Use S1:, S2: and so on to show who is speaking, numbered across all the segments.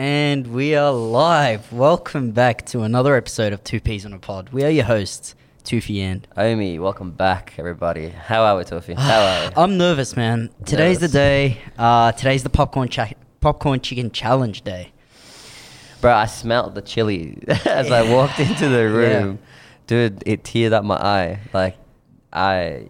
S1: we are live. Welcome back to another episode of Two Peas on a Pod. We are your hosts, Toofy and.
S2: Omi, welcome back, everybody. How are we, Toffee? How are we?
S1: Ah, I'm nervous, man. Today's
S2: Nervous.
S1: the day. Uh, today's the popcorn cha- popcorn chicken challenge day.
S2: Bro, I smelled the chili as I walked into the
S1: Yeah.
S2: room. Dude, it teared up my eye. Like, I.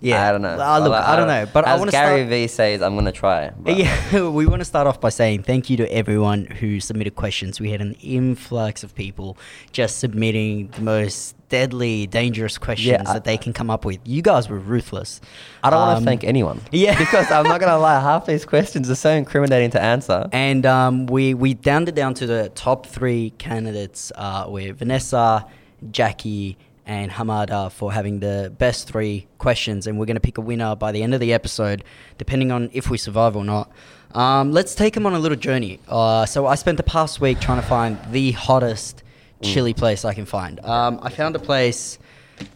S1: Yeah.
S2: I don't know.
S1: Uh, look,
S2: Like,
S1: I don't know, but I
S2: as
S1: wanna
S2: Gary
S1: start-
S2: V says, I'm going to try. but-
S1: Yeah, we want to start off by saying thank you to everyone who submitted questions. We had an influx of people just submitting the most deadly, dangerous questions
S2: I-
S1: that they can come up with. You guys were ruthless.
S2: I don't want
S1: Um,
S2: to thank anyone.
S1: yeah.
S2: Because I'm not going to lie, half these questions are so incriminating to answer.
S1: And um, we we downed it down to the top three candidates uh, were Vanessa, Jackie, and Hamada for having the best three questions. And we're going to pick a winner by the end of the episode, depending on if we survive or not. Um, let's take them on a little journey. Uh, so I spent the past week trying to find the hottest chili place I can find. Um, I found a place.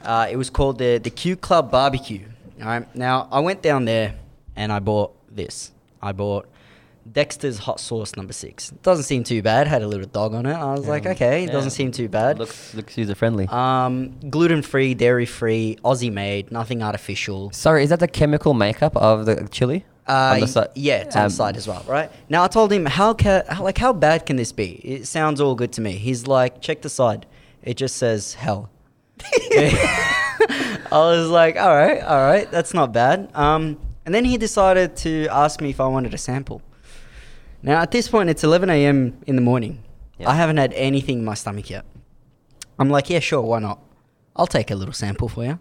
S1: Uh, it was called the the Q Club Barbecue. All right. Now I went down there and I bought this. I bought Dexter's hot sauce number six. Doesn't seem too bad. Had a little dog on it. I was like,
S2: Yeah.
S1: okay, it
S2: Um, Yeah.
S1: doesn't seem too bad.
S2: Looks, looks user friendly.
S1: Um, gluten free, dairy free, Aussie made, nothing artificial.
S2: Sorry, is that the chemical makeup of the chili?
S1: Uh,
S2: On the
S1: y-
S2: side?
S1: yeah, it's on
S2: Um,
S1: the side as well, right? Now I told him how ca- how- like how bad can this be? It sounds all good to me. He's like, check the side. It just says hell. I was like, all right, all right, that's not bad. Um, and then he decided to ask me if I wanted a sample. Now at this point, it's 11 a.m. in the morning.
S2: Yeah.
S1: I haven't had anything in my stomach yet. I'm like, yeah, sure, why not? I'll take a little sample for you.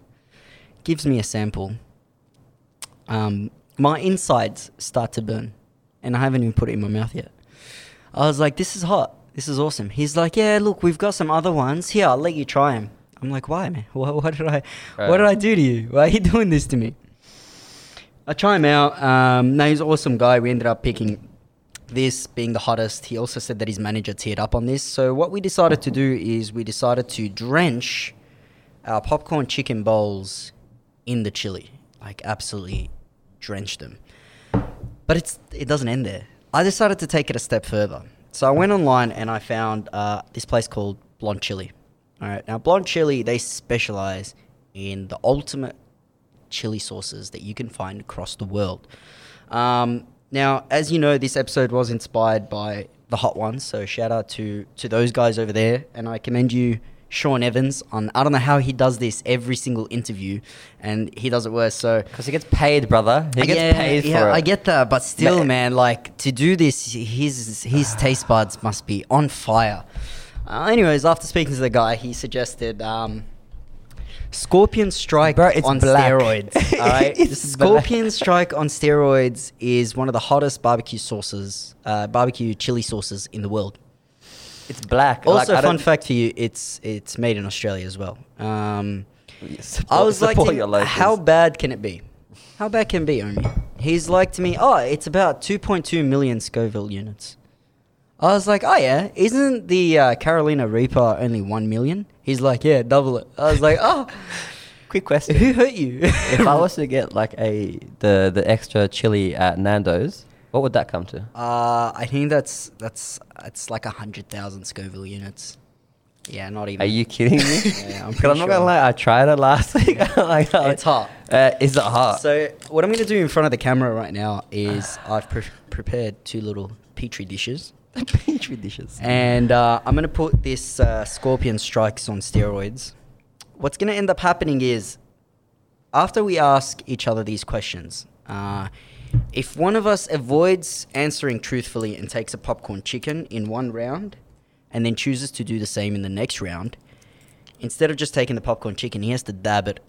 S1: Gives me a sample. Um, my insides start to burn, and I haven't even put it in my mouth yet. I was like, this is hot. This is awesome. He's like, yeah, look, we've got some other ones. Here, I'll let you try them. I'm like, why, man? What, what did I, what
S2: Right.
S1: did I do to you? Why are you doing this to me? I try him out. Um, no, he's an awesome guy. We ended up picking this being the hottest. He also said that his manager teared up on this. So what we decided to do is we decided to drench our popcorn chicken bowls in the chili, like absolutely drench them. But it's it doesn't end there. I decided to take it a step further. So I went online and I found uh, this place called Blonde Chili. All right, now Blonde Chili they specialize in the ultimate chili sauces that you can find across the world. Um, now, as you know, this episode was inspired by the hot ones, so shout out to to those guys over there, and I commend you. Sean Evans on I don't know how he does this every single interview and he does it worse so
S2: Because he gets paid, brother. He gets paid
S1: yeah,
S2: for it.
S1: I get that, but still,
S2: Ma-
S1: man, like to do this, his his taste buds must be on fire. Uh, anyways, after speaking to the guy, he suggested um, Scorpion Strike
S2: Bro, it's
S1: on
S2: black.
S1: steroids. All right,
S2: It's
S1: Scorpion Strike on steroids is one of the hottest barbecue sauces, uh, barbecue chili sauces in the world.
S2: It's black. Like,
S1: Also,
S2: I
S1: fun
S2: don't-
S1: fact for you, it's it's made in Australia as well. Um,
S2: Support-
S1: I was like,
S2: support
S1: to
S2: your
S1: him,
S2: locals.
S1: how bad can it be? How bad can it be, Omi? He's like to me, oh, it's about 2.2 million Scoville units. I was like, oh yeah, isn't the uh, Carolina Reaper only 1 million? He's like, yeah, double it. I was like, oh,
S2: quick question.
S1: who hurt you?
S2: if I was to get like a the the extra chili at Nando's, what would that come to?
S1: Uh, I think that's that's it's like 100,000 Scoville units. Yeah, not even.
S2: Are you kidding me?
S1: Yeah, I'm
S2: 'Cause
S1: pretty
S2: not gonna
S1: sure.
S2: lie, I tried it last week. like, I-
S1: It's hot.
S2: Uh, is it hot?
S1: So what I'm going to do in front of the camera right now is I've pre- prepared two little petri dishes.
S2: petri dishes.
S1: And uh, I'm going to put this uh, Scorpion Strikes on steroids. What's going to end up happening is after we ask each other these questions, uh, if one of us avoids answering truthfully and takes a popcorn chicken in one round and then chooses to do the same in the next round, instead of just taking the popcorn chicken, he has to dab it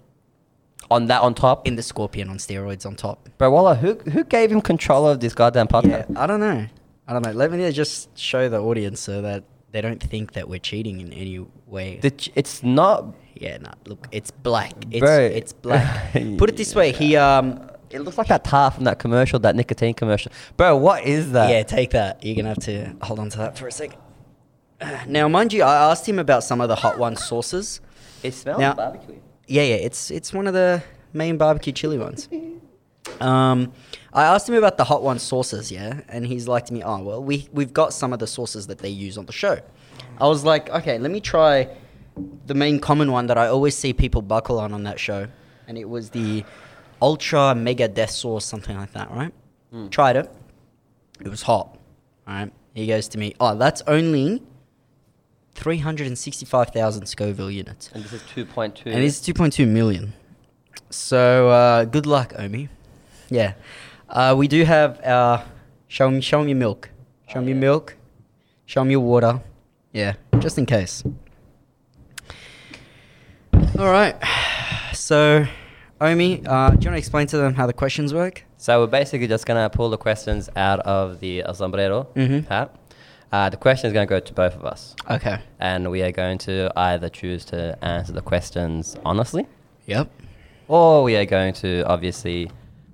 S2: on that on top.
S1: in the scorpion on steroids on top.
S2: Bro, Walla, who who gave him control of this goddamn
S1: Yeah,
S2: podcast?
S1: I don't know. I don't know. Let me just show the audience so that they don't think that we're cheating in any way.
S2: The ch- it's not.
S1: Yeah, no. Look, it's black. It's
S2: Bro.
S1: it's black. Put it this way, he um
S2: It looks like that tar from that commercial, that nicotine commercial. Bro, what is that?
S1: yeah, take that. You're gonna have to hold on to that for a second. Now, mind you, I asked him about some of the hot one sauces.
S2: it smells
S1: Now-
S2: barbecue.
S1: Yeah, yeah, it's it's one of the main barbecue chili ones. Um, I asked him about the hot one sauces, yeah, and he's like to me, "Oh, well, we we've got some of the sauces that they use on the show." I was like, "Okay, let me try the main common one that I always see people buckle on on that show, and it was the ultra mega death sauce, something like that, right?" Tried it. It was hot. All right. He goes to me, "Oh, that's only 365,000 Scoville units."
S2: And this is 2.2.
S1: And it's 2.2 million. So uh, good luck, Omi. Yeah. Uh, we do have our show me, show me your milk. Show
S2: Oh,
S1: me your
S2: yeah.
S1: milk. Show me your water. Yeah, just in case. All right. So, Omi, uh, do you want to explain to them how the questions work?
S2: So we're basically just gonna pull the questions out of the El sombrero
S1: Mhm.
S2: hat. Uh, the question is gonna go to both of us,
S1: Okay.
S2: and we are going to either choose to answer the questions honestly,
S1: Yep.
S2: or we are going to obviously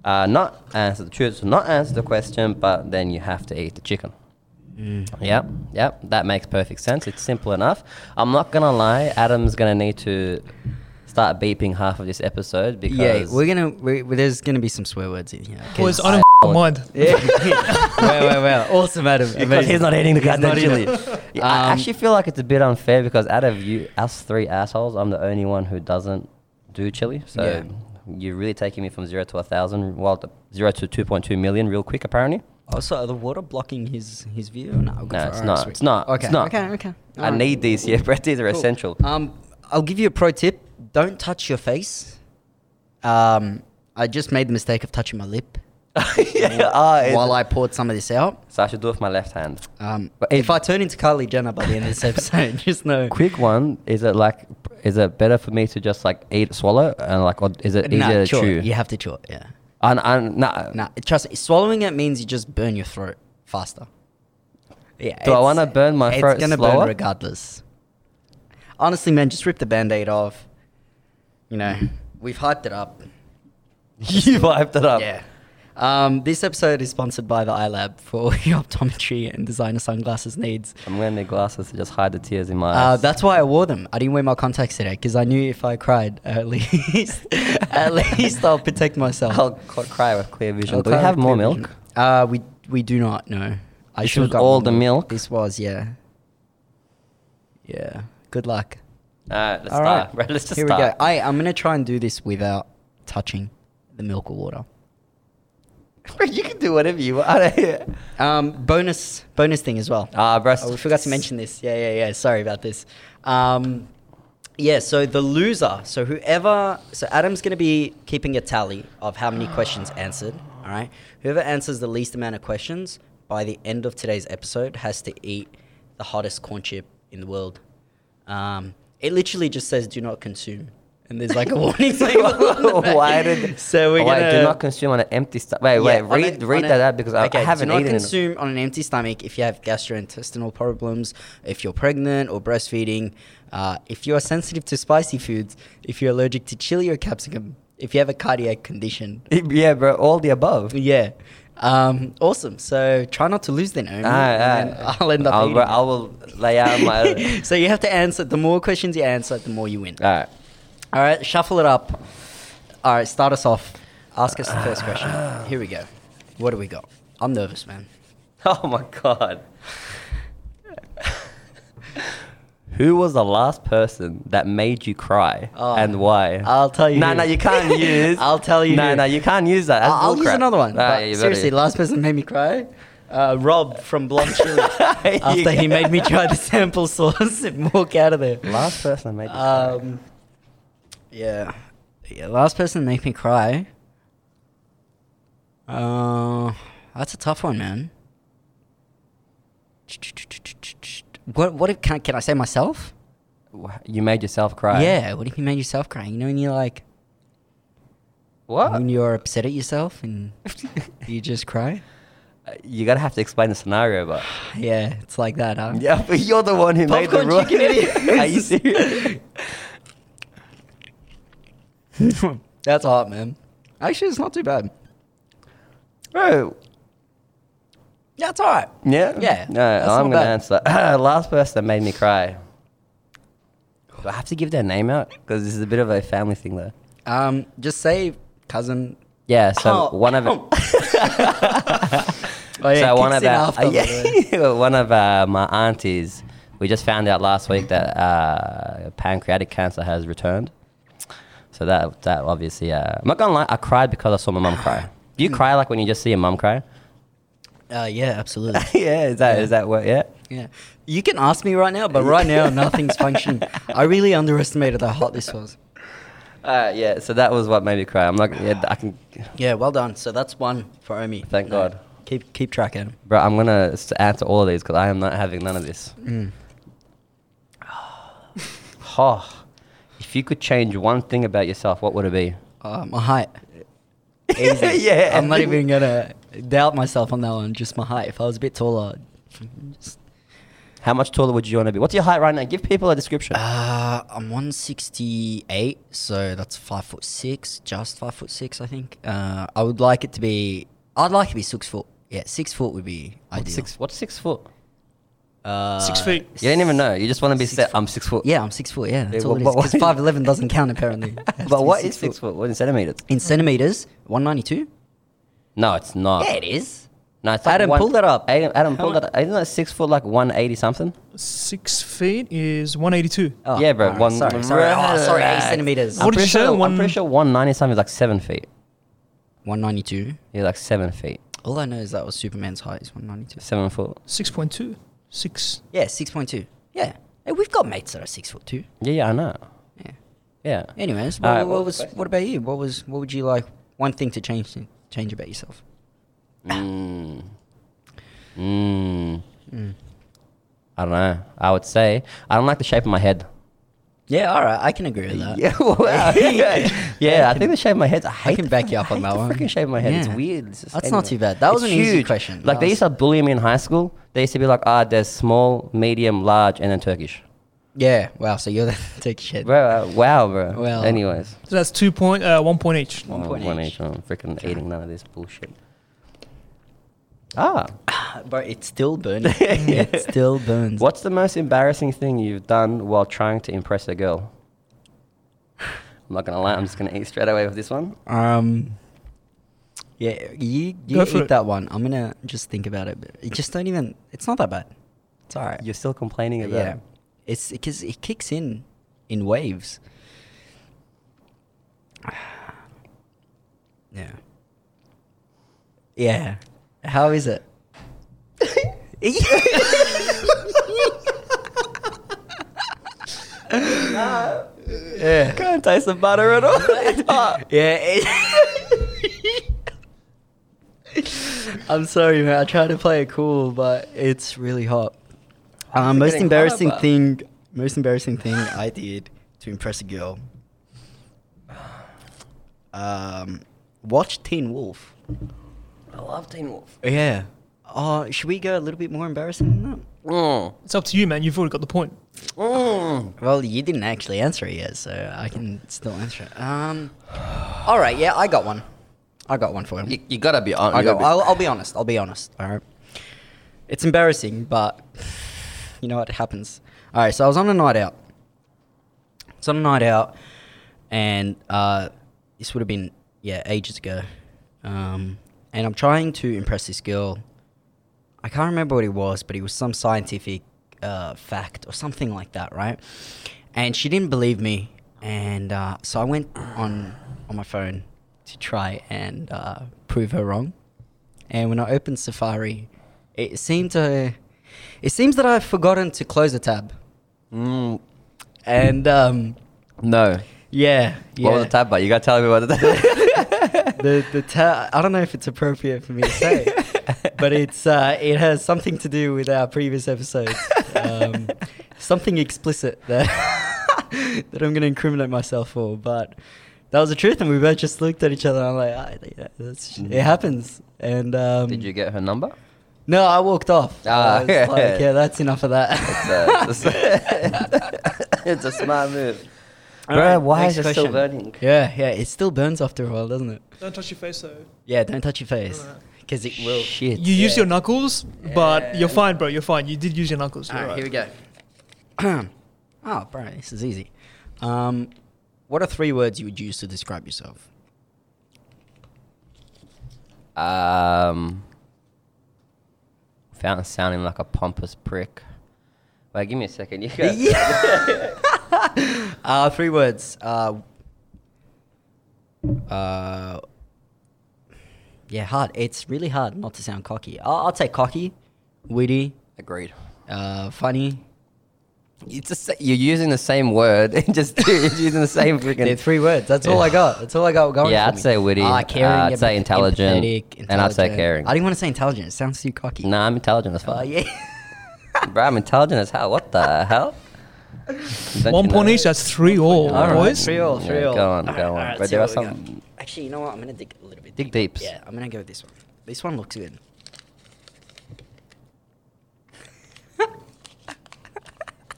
S2: uh, not answer the choose to not answer the question, but then you have to eat the chicken. Yep, yep, that makes perfect sense. It's simple enough. I'm not gonna lie, Adam's gonna need to start beeping half of this episode because
S1: Yeah, we're gonna. We, we- there's gonna be some swear words in here. okay?
S3: Boys, I don't f***ing mind.
S1: Yeah. wow, wow, wow. Awesome, Adam.
S2: Because he's not eating the
S1: He's
S2: goddamn
S1: not eating
S2: chili. Yeah, I
S1: Um,
S2: actually feel like it's a bit unfair because out of you, us three assholes, I'm the only one who doesn't do chili. So
S1: Yeah.
S2: you're really taking me from zero to a thousand, well, the- zero to 2.2 million real quick, apparently.
S1: Also, are the water blocking his his view? No, good
S2: No,
S1: for-
S2: it's
S1: alright,
S2: not.
S1: sweet.
S2: It's not.
S1: Okay.
S2: It's not.
S1: Okay. Okay.
S2: I
S1: Alright.
S2: need these here, Brett. These are
S1: Cool.
S2: essential.
S1: Um, I'll give you a pro tip. Don't touch your face. Um, I just made the mistake of touching my lip
S2: yeah, ah, it-
S1: while I poured some of this out.
S2: so I should do it with my left hand.
S1: Um,
S2: But
S1: if
S2: it-
S1: I turn into Kylie Jenner by the end of this episode, just know.
S2: Quick one. Is it like, is it better for me to just like eat, swallow, and like, or is it easier
S1: Nah,
S2: to
S1: chew
S2: chew? Ah,
S1: it. You have to chew it. Yeah.
S2: And, and, nah,
S1: Nah, trust me. Swallowing it means you just burn your throat faster. Yeah.
S2: Do I
S1: it's-
S2: wanna burn my throat
S1: It's gonna
S2: slower?
S1: burn regardless. Honestly, man, just rip the band-aid off. You know, we've hyped it up.
S2: you wiped it up.
S1: Yeah. Um, this episode is sponsored by the iLab for all your optometry and designer sunglasses needs.
S2: I'm wearing the glasses to just hide the tears in my
S1: Uh,
S2: eyes.
S1: that's why I wore them. I didn't wear my contacts today because I knew if I cried, at least, at least I'll protect myself.
S2: I'll c- cry with clear vision.
S1: I'll
S2: Do we
S1: cry
S2: have
S1: with
S2: more
S1: clear
S2: milk?
S1: vision. Uh, we we do not. No, I
S2: This
S1: should've
S2: was
S1: got
S2: all
S1: more
S2: the milk?
S1: This was yeah, yeah. Good luck.
S2: Alright, let's
S1: All
S2: start.
S1: right.
S2: Right, let's just
S1: Here
S2: start.
S1: we go. I I'm gonna try and do this without touching the milk or water.
S2: Bro, you can do whatever you want. I don't hear.
S1: Um, bonus bonus thing as well.
S2: Ah, bro.
S1: Oh, we forgot to mention this. Yeah, yeah, yeah. Sorry about this. Um, yeah, so the loser, so whoever, so Adam's going to be keeping a tally of how many questions answered. All right. Whoever answers the least amount of questions by the end of today's episode has to eat the hottest corn chip in the world. Um, it literally just says do not consume. And there's like a warning label. on the back.
S2: Why did?
S1: So we're
S2: oh,
S1: gonna
S2: wait, do not consume on an empty stomach. Wait,
S1: yeah,
S2: wait.
S1: on
S2: Read,
S1: a-
S2: read
S1: on a-
S2: that out because I-
S1: okay,
S2: I haven't
S1: do not
S2: eaten. in-
S1: consume on an empty stomach if you have gastrointestinal problems, if you're pregnant or breastfeeding, uh, if you are sensitive to spicy foods, if you're allergic to chili or capsicum, if you have a cardiac condition.
S2: Yeah, bro. All the above.
S1: Yeah. Um, awesome. So try not to lose then, Omi. and then I'll end up
S2: I'll,
S1: eating
S2: bro,
S1: it.
S2: I will lay out my.
S1: so you have to answer. The more questions you answer, the more you win.
S2: All right.
S1: All right, shuffle it up. All right, start us off. Ask us the
S2: Uh,
S1: first question. Here we go. What do we got? I'm nervous, man.
S2: Oh my god. Who was the last person that made you cry
S1: Oh.
S2: and why?
S1: I'll tell you
S2: No,
S1: who.
S2: no, you can't use.
S1: I'll tell you
S2: No,
S1: who.
S2: no, you can't use that. That's
S1: I'll, I'll use
S2: bullcrap.
S1: another one.
S2: Ah,
S1: but
S2: yeah, you better.
S1: seriously, last person made me cry. Uh, Rob from Blonde Chili. after he made me try the sample sauce and walk out of there.
S2: Last person that made you cry.
S1: Um, yeah, yeah. Last person to make me cry. Uh, that's a tough one, man. What? What if, can I, can I say myself?
S2: Wha- You made yourself cry.
S1: Yeah. What if you made yourself cry? You know, when you're like,
S2: What?
S1: when you're upset at yourself and you just cry.
S2: You gotta have to explain the scenario, but.
S1: Yeah, it's like that, huh?
S2: Yeah, but you're the one who made the
S1: Popcorn
S2: rule.
S1: chicken idiot.
S2: Are you serious?
S1: That's hot, man. Actually, it's not too bad.
S2: Bro.
S1: Yeah, it's all right.
S2: Yeah.
S1: Yeah,
S2: No,
S1: that's
S2: I'm
S1: not
S2: gonna
S1: bad.
S2: answer. Last person that made me cry. Do I have to give their name out? Because this is a bit of a family thing, though.
S1: Um, just say cousin,
S2: Yeah, so
S1: Ow,
S2: one of
S1: ow.
S2: so
S1: Oh, yeah,
S2: one
S1: kicks
S2: of
S1: in
S2: our,
S1: after, by the
S2: yeah, one of uh, my aunties, we just found out last week that uh, pancreatic cancer has returned. So that that obviously, uh, I'm not gonna lie, I cried because I saw my mum cry. Do you cry like when you just see your mum cry?
S1: Uh, yeah, absolutely.
S2: yeah, is that is that what? Yeah.
S1: Yeah, you can ask me right now, but right now nothing's functioning. I really underestimated how hot this was.
S2: Uh, yeah, so that was what made me cry. I'm not. Yeah, I can.
S1: Yeah, well done. So that's one for Omi.
S2: Thank God.
S1: Keep keep track, Adam.
S2: Bro, I'm gonna s- answer all of these because I am not having none of this.
S1: Hmm.
S2: oh, if you could change one thing about yourself, what would it be?
S1: Uh, my height. Easy.
S2: Yeah.
S1: I'm not even gonna doubt myself on that one. Just my height. If I was a bit taller, just,
S2: How much taller would you want to be? What's your height right now? Give people a description.
S1: uh, I'm 168, so that's five foot six, just five foot six, I think. Uh, I would like it to be. I'd like it to be six foot. Yeah, six foot would be ideal.
S2: six. What's six foot?
S1: Uh,
S3: Six feet.
S2: You don't even know. You just want to be
S1: Six
S2: set.
S1: foot.
S2: I'm six foot.
S1: Yeah, I'm six foot. Yeah, that's all
S2: but-
S1: it
S2: but
S1: is.
S2: what-
S1: Because five eleven doesn't count apparently. It has to
S2: But
S1: be
S2: what is six foot? What in centimeters?
S1: in centimeters? One ninety two.
S2: No, it's not.
S1: Yeah, it is.
S2: No, it's like
S1: Adam,
S2: one-
S1: pull that up.
S2: Adam, Adam
S3: How
S2: pull
S3: much-
S2: that. up. Isn't that six foot like one eighty something?
S3: Six feet is 182.
S1: Oh,
S2: yeah, bro.
S1: alright,
S2: One.
S1: sorry, sorry, oh, sorry, eight centimeters.
S2: I'm
S3: What did
S2: pretty
S3: you say?
S2: sure- I'm
S3: One-
S2: pretty sure one ninety something is like seven feet.
S1: One ninety two.
S2: You're like seven feet,
S1: All I know is that was Superman's height is one ninety two.
S2: seven foot.
S3: 6.2. Six.
S1: Yeah, six point two. Yeah, Hey, we've got mates that are six foot two.
S2: Yeah, yeah, I know.
S1: Yeah.
S2: Yeah.
S1: Anyways, what,
S2: Alright,
S1: what
S2: what was
S1: was
S2: the question?
S1: what about you? What was what would you like? One thing to change change about yourself.
S2: Mm. Mm.
S1: Hmm.
S2: I don't know. I would say I don't like the shape of my head.
S1: Yeah, all right, I can agree with that.
S2: Yeah, wow. yeah, I think the shape of my head. I hate.
S1: can
S2: the-
S1: back you up
S2: I
S1: on
S2: hate
S1: that
S2: the
S1: one.
S2: Freaking shape of my head. It's
S1: Yeah.
S2: weird. It's just-
S1: That's not too bad. That was
S2: It's
S1: an easy question.
S2: Like
S1: That
S2: they
S1: was-
S2: used to bully me in high school. They used to be like, ah, there's small, medium, large, and then Turkish.
S1: Yeah. Wow. So you're the take shit.
S2: Bro, uh, wow, bro.
S1: Well-
S2: anyways.
S3: So that's two point, uh, one point each.
S1: One
S2: Oh,
S1: point
S2: one
S1: each.
S2: each. I'm freaking eating none of this bullshit. Ah.
S1: Bro, it's still burning. it still burns.
S2: What's the most embarrassing thing you've done while trying to impress a girl? I'm not gonna lie, I'm just gonna eat straight away with this one.
S1: Um. Yeah, you you
S3: Go for
S1: eat
S3: it.
S1: that one. I'm gonna just think about it. But it just don't even. It's not that bad. It's alright.
S2: You're still complaining about
S1: Yeah,
S2: it.
S1: it's because it kicks in in waves. Yeah. Yeah. How is it? yeah.
S2: Can't taste the butter at all. It's hot.
S1: Yeah. it- I'm sorry, man. I try to play it cool, but it's really hot. Um,
S2: It's
S1: most
S2: getting
S1: embarrassing
S2: hotter.
S1: thing. Most embarrassing thing I did to impress a girl. Um, watch Teen Wolf.
S2: I love Teen Wolf.
S1: Yeah. Uh, should we go a little bit more embarrassing than
S2: Mm.
S3: It's up to you, man. You've already got the point.
S2: Mm.
S1: that? Well, you didn't actually answer it yet, so I can still answer it. Um, all right. Yeah, I got one. I got one for him.
S2: You, you gotta be honest.
S1: I go, I'll, I'll be honest. I'll be honest. All right. It's embarrassing, but you know what happens. All right. So I was on a night out. It's on a night out, and uh, this would have been yeah ages ago. Um, and I'm trying to impress this girl. I can't remember what it was, but it was some scientific uh, fact or something like that, right? And she didn't believe me, and uh, so I went on on my phone to try and uh, prove her wrong. And when I opened Safari, it seemed to it seems that I've forgotten to close a tab,
S2: Mm.
S1: and um,
S2: No.
S1: yeah, yeah.
S2: What was the tab button? You gotta tell me what the tab
S1: the the ta- I don't know if it's appropriate for me to say, but it's uh, it has something to do with our previous episodes. Um, something explicit that that I'm going to incriminate myself for, but that was the truth, and we both just looked at each other. and I'm like, ah, yeah, that's, it happens, and um,
S2: Mm-hmm. Did you get her number?
S1: No, I walked off.
S2: Ah,
S1: I was yeah. like, yeah, that's enough of that.
S2: It's a, it's a smart move.
S1: All
S2: Bro,
S1: right,
S2: why
S1: next
S2: is it still
S1: question.
S2: burning?
S1: Yeah, yeah, it still burns after a while, doesn't it?
S3: Don't touch your face, though.
S1: Yeah, don't touch your face
S3: Alright.
S1: because it will.
S2: Shit.
S3: You used
S1: yeah.
S3: your knuckles, but you're fine, bro. You're fine. You did use your knuckles.
S1: All
S3: You're
S1: right,
S3: right.
S1: here we go. oh, bro, this is easy. Um, what are three words you would use to describe yourself?
S2: Um, found sounding like a pompous prick. Wait, give me a second. You guys,
S1: Uh, three words. Uh, uh, yeah, hard. It's really hard not to sound cocky. I'll, I'll take cocky, witty,
S2: agreed.
S1: uh, funny.
S2: It's just, you're using the same word. and just you're using the same
S1: They're
S2: freaking.
S1: three words. That's all I got. That's all I got going.
S2: Yeah,
S1: for
S2: I'd
S1: me.
S2: say witty.
S1: Ah,
S2: Uh, I'd say
S1: empath-
S2: intelligent,
S1: empathetic,
S2: and I'd say
S1: intelligent.
S2: caring.
S1: I didn't want to say intelligent. It sounds too cocky.
S2: Nah, I'm intelligent as fuck.
S1: Uh, yeah.
S2: Bro, I'm intelligent as hell. What the hell? Don't you
S3: One point
S2: know?
S3: each, that's three all,
S2: All right.
S3: Oh, boys.
S1: Three all. Three
S2: Yeah,
S1: all.
S2: go on,
S1: All
S2: go on.
S1: all
S2: But
S1: see
S2: there are
S1: what we got.
S2: some-
S1: Actually, you know what? I'm gonna dig a little bit.
S2: Dig
S1: deeper.
S2: deeps.
S1: Yeah, I'm gonna go with this one. This one looks good.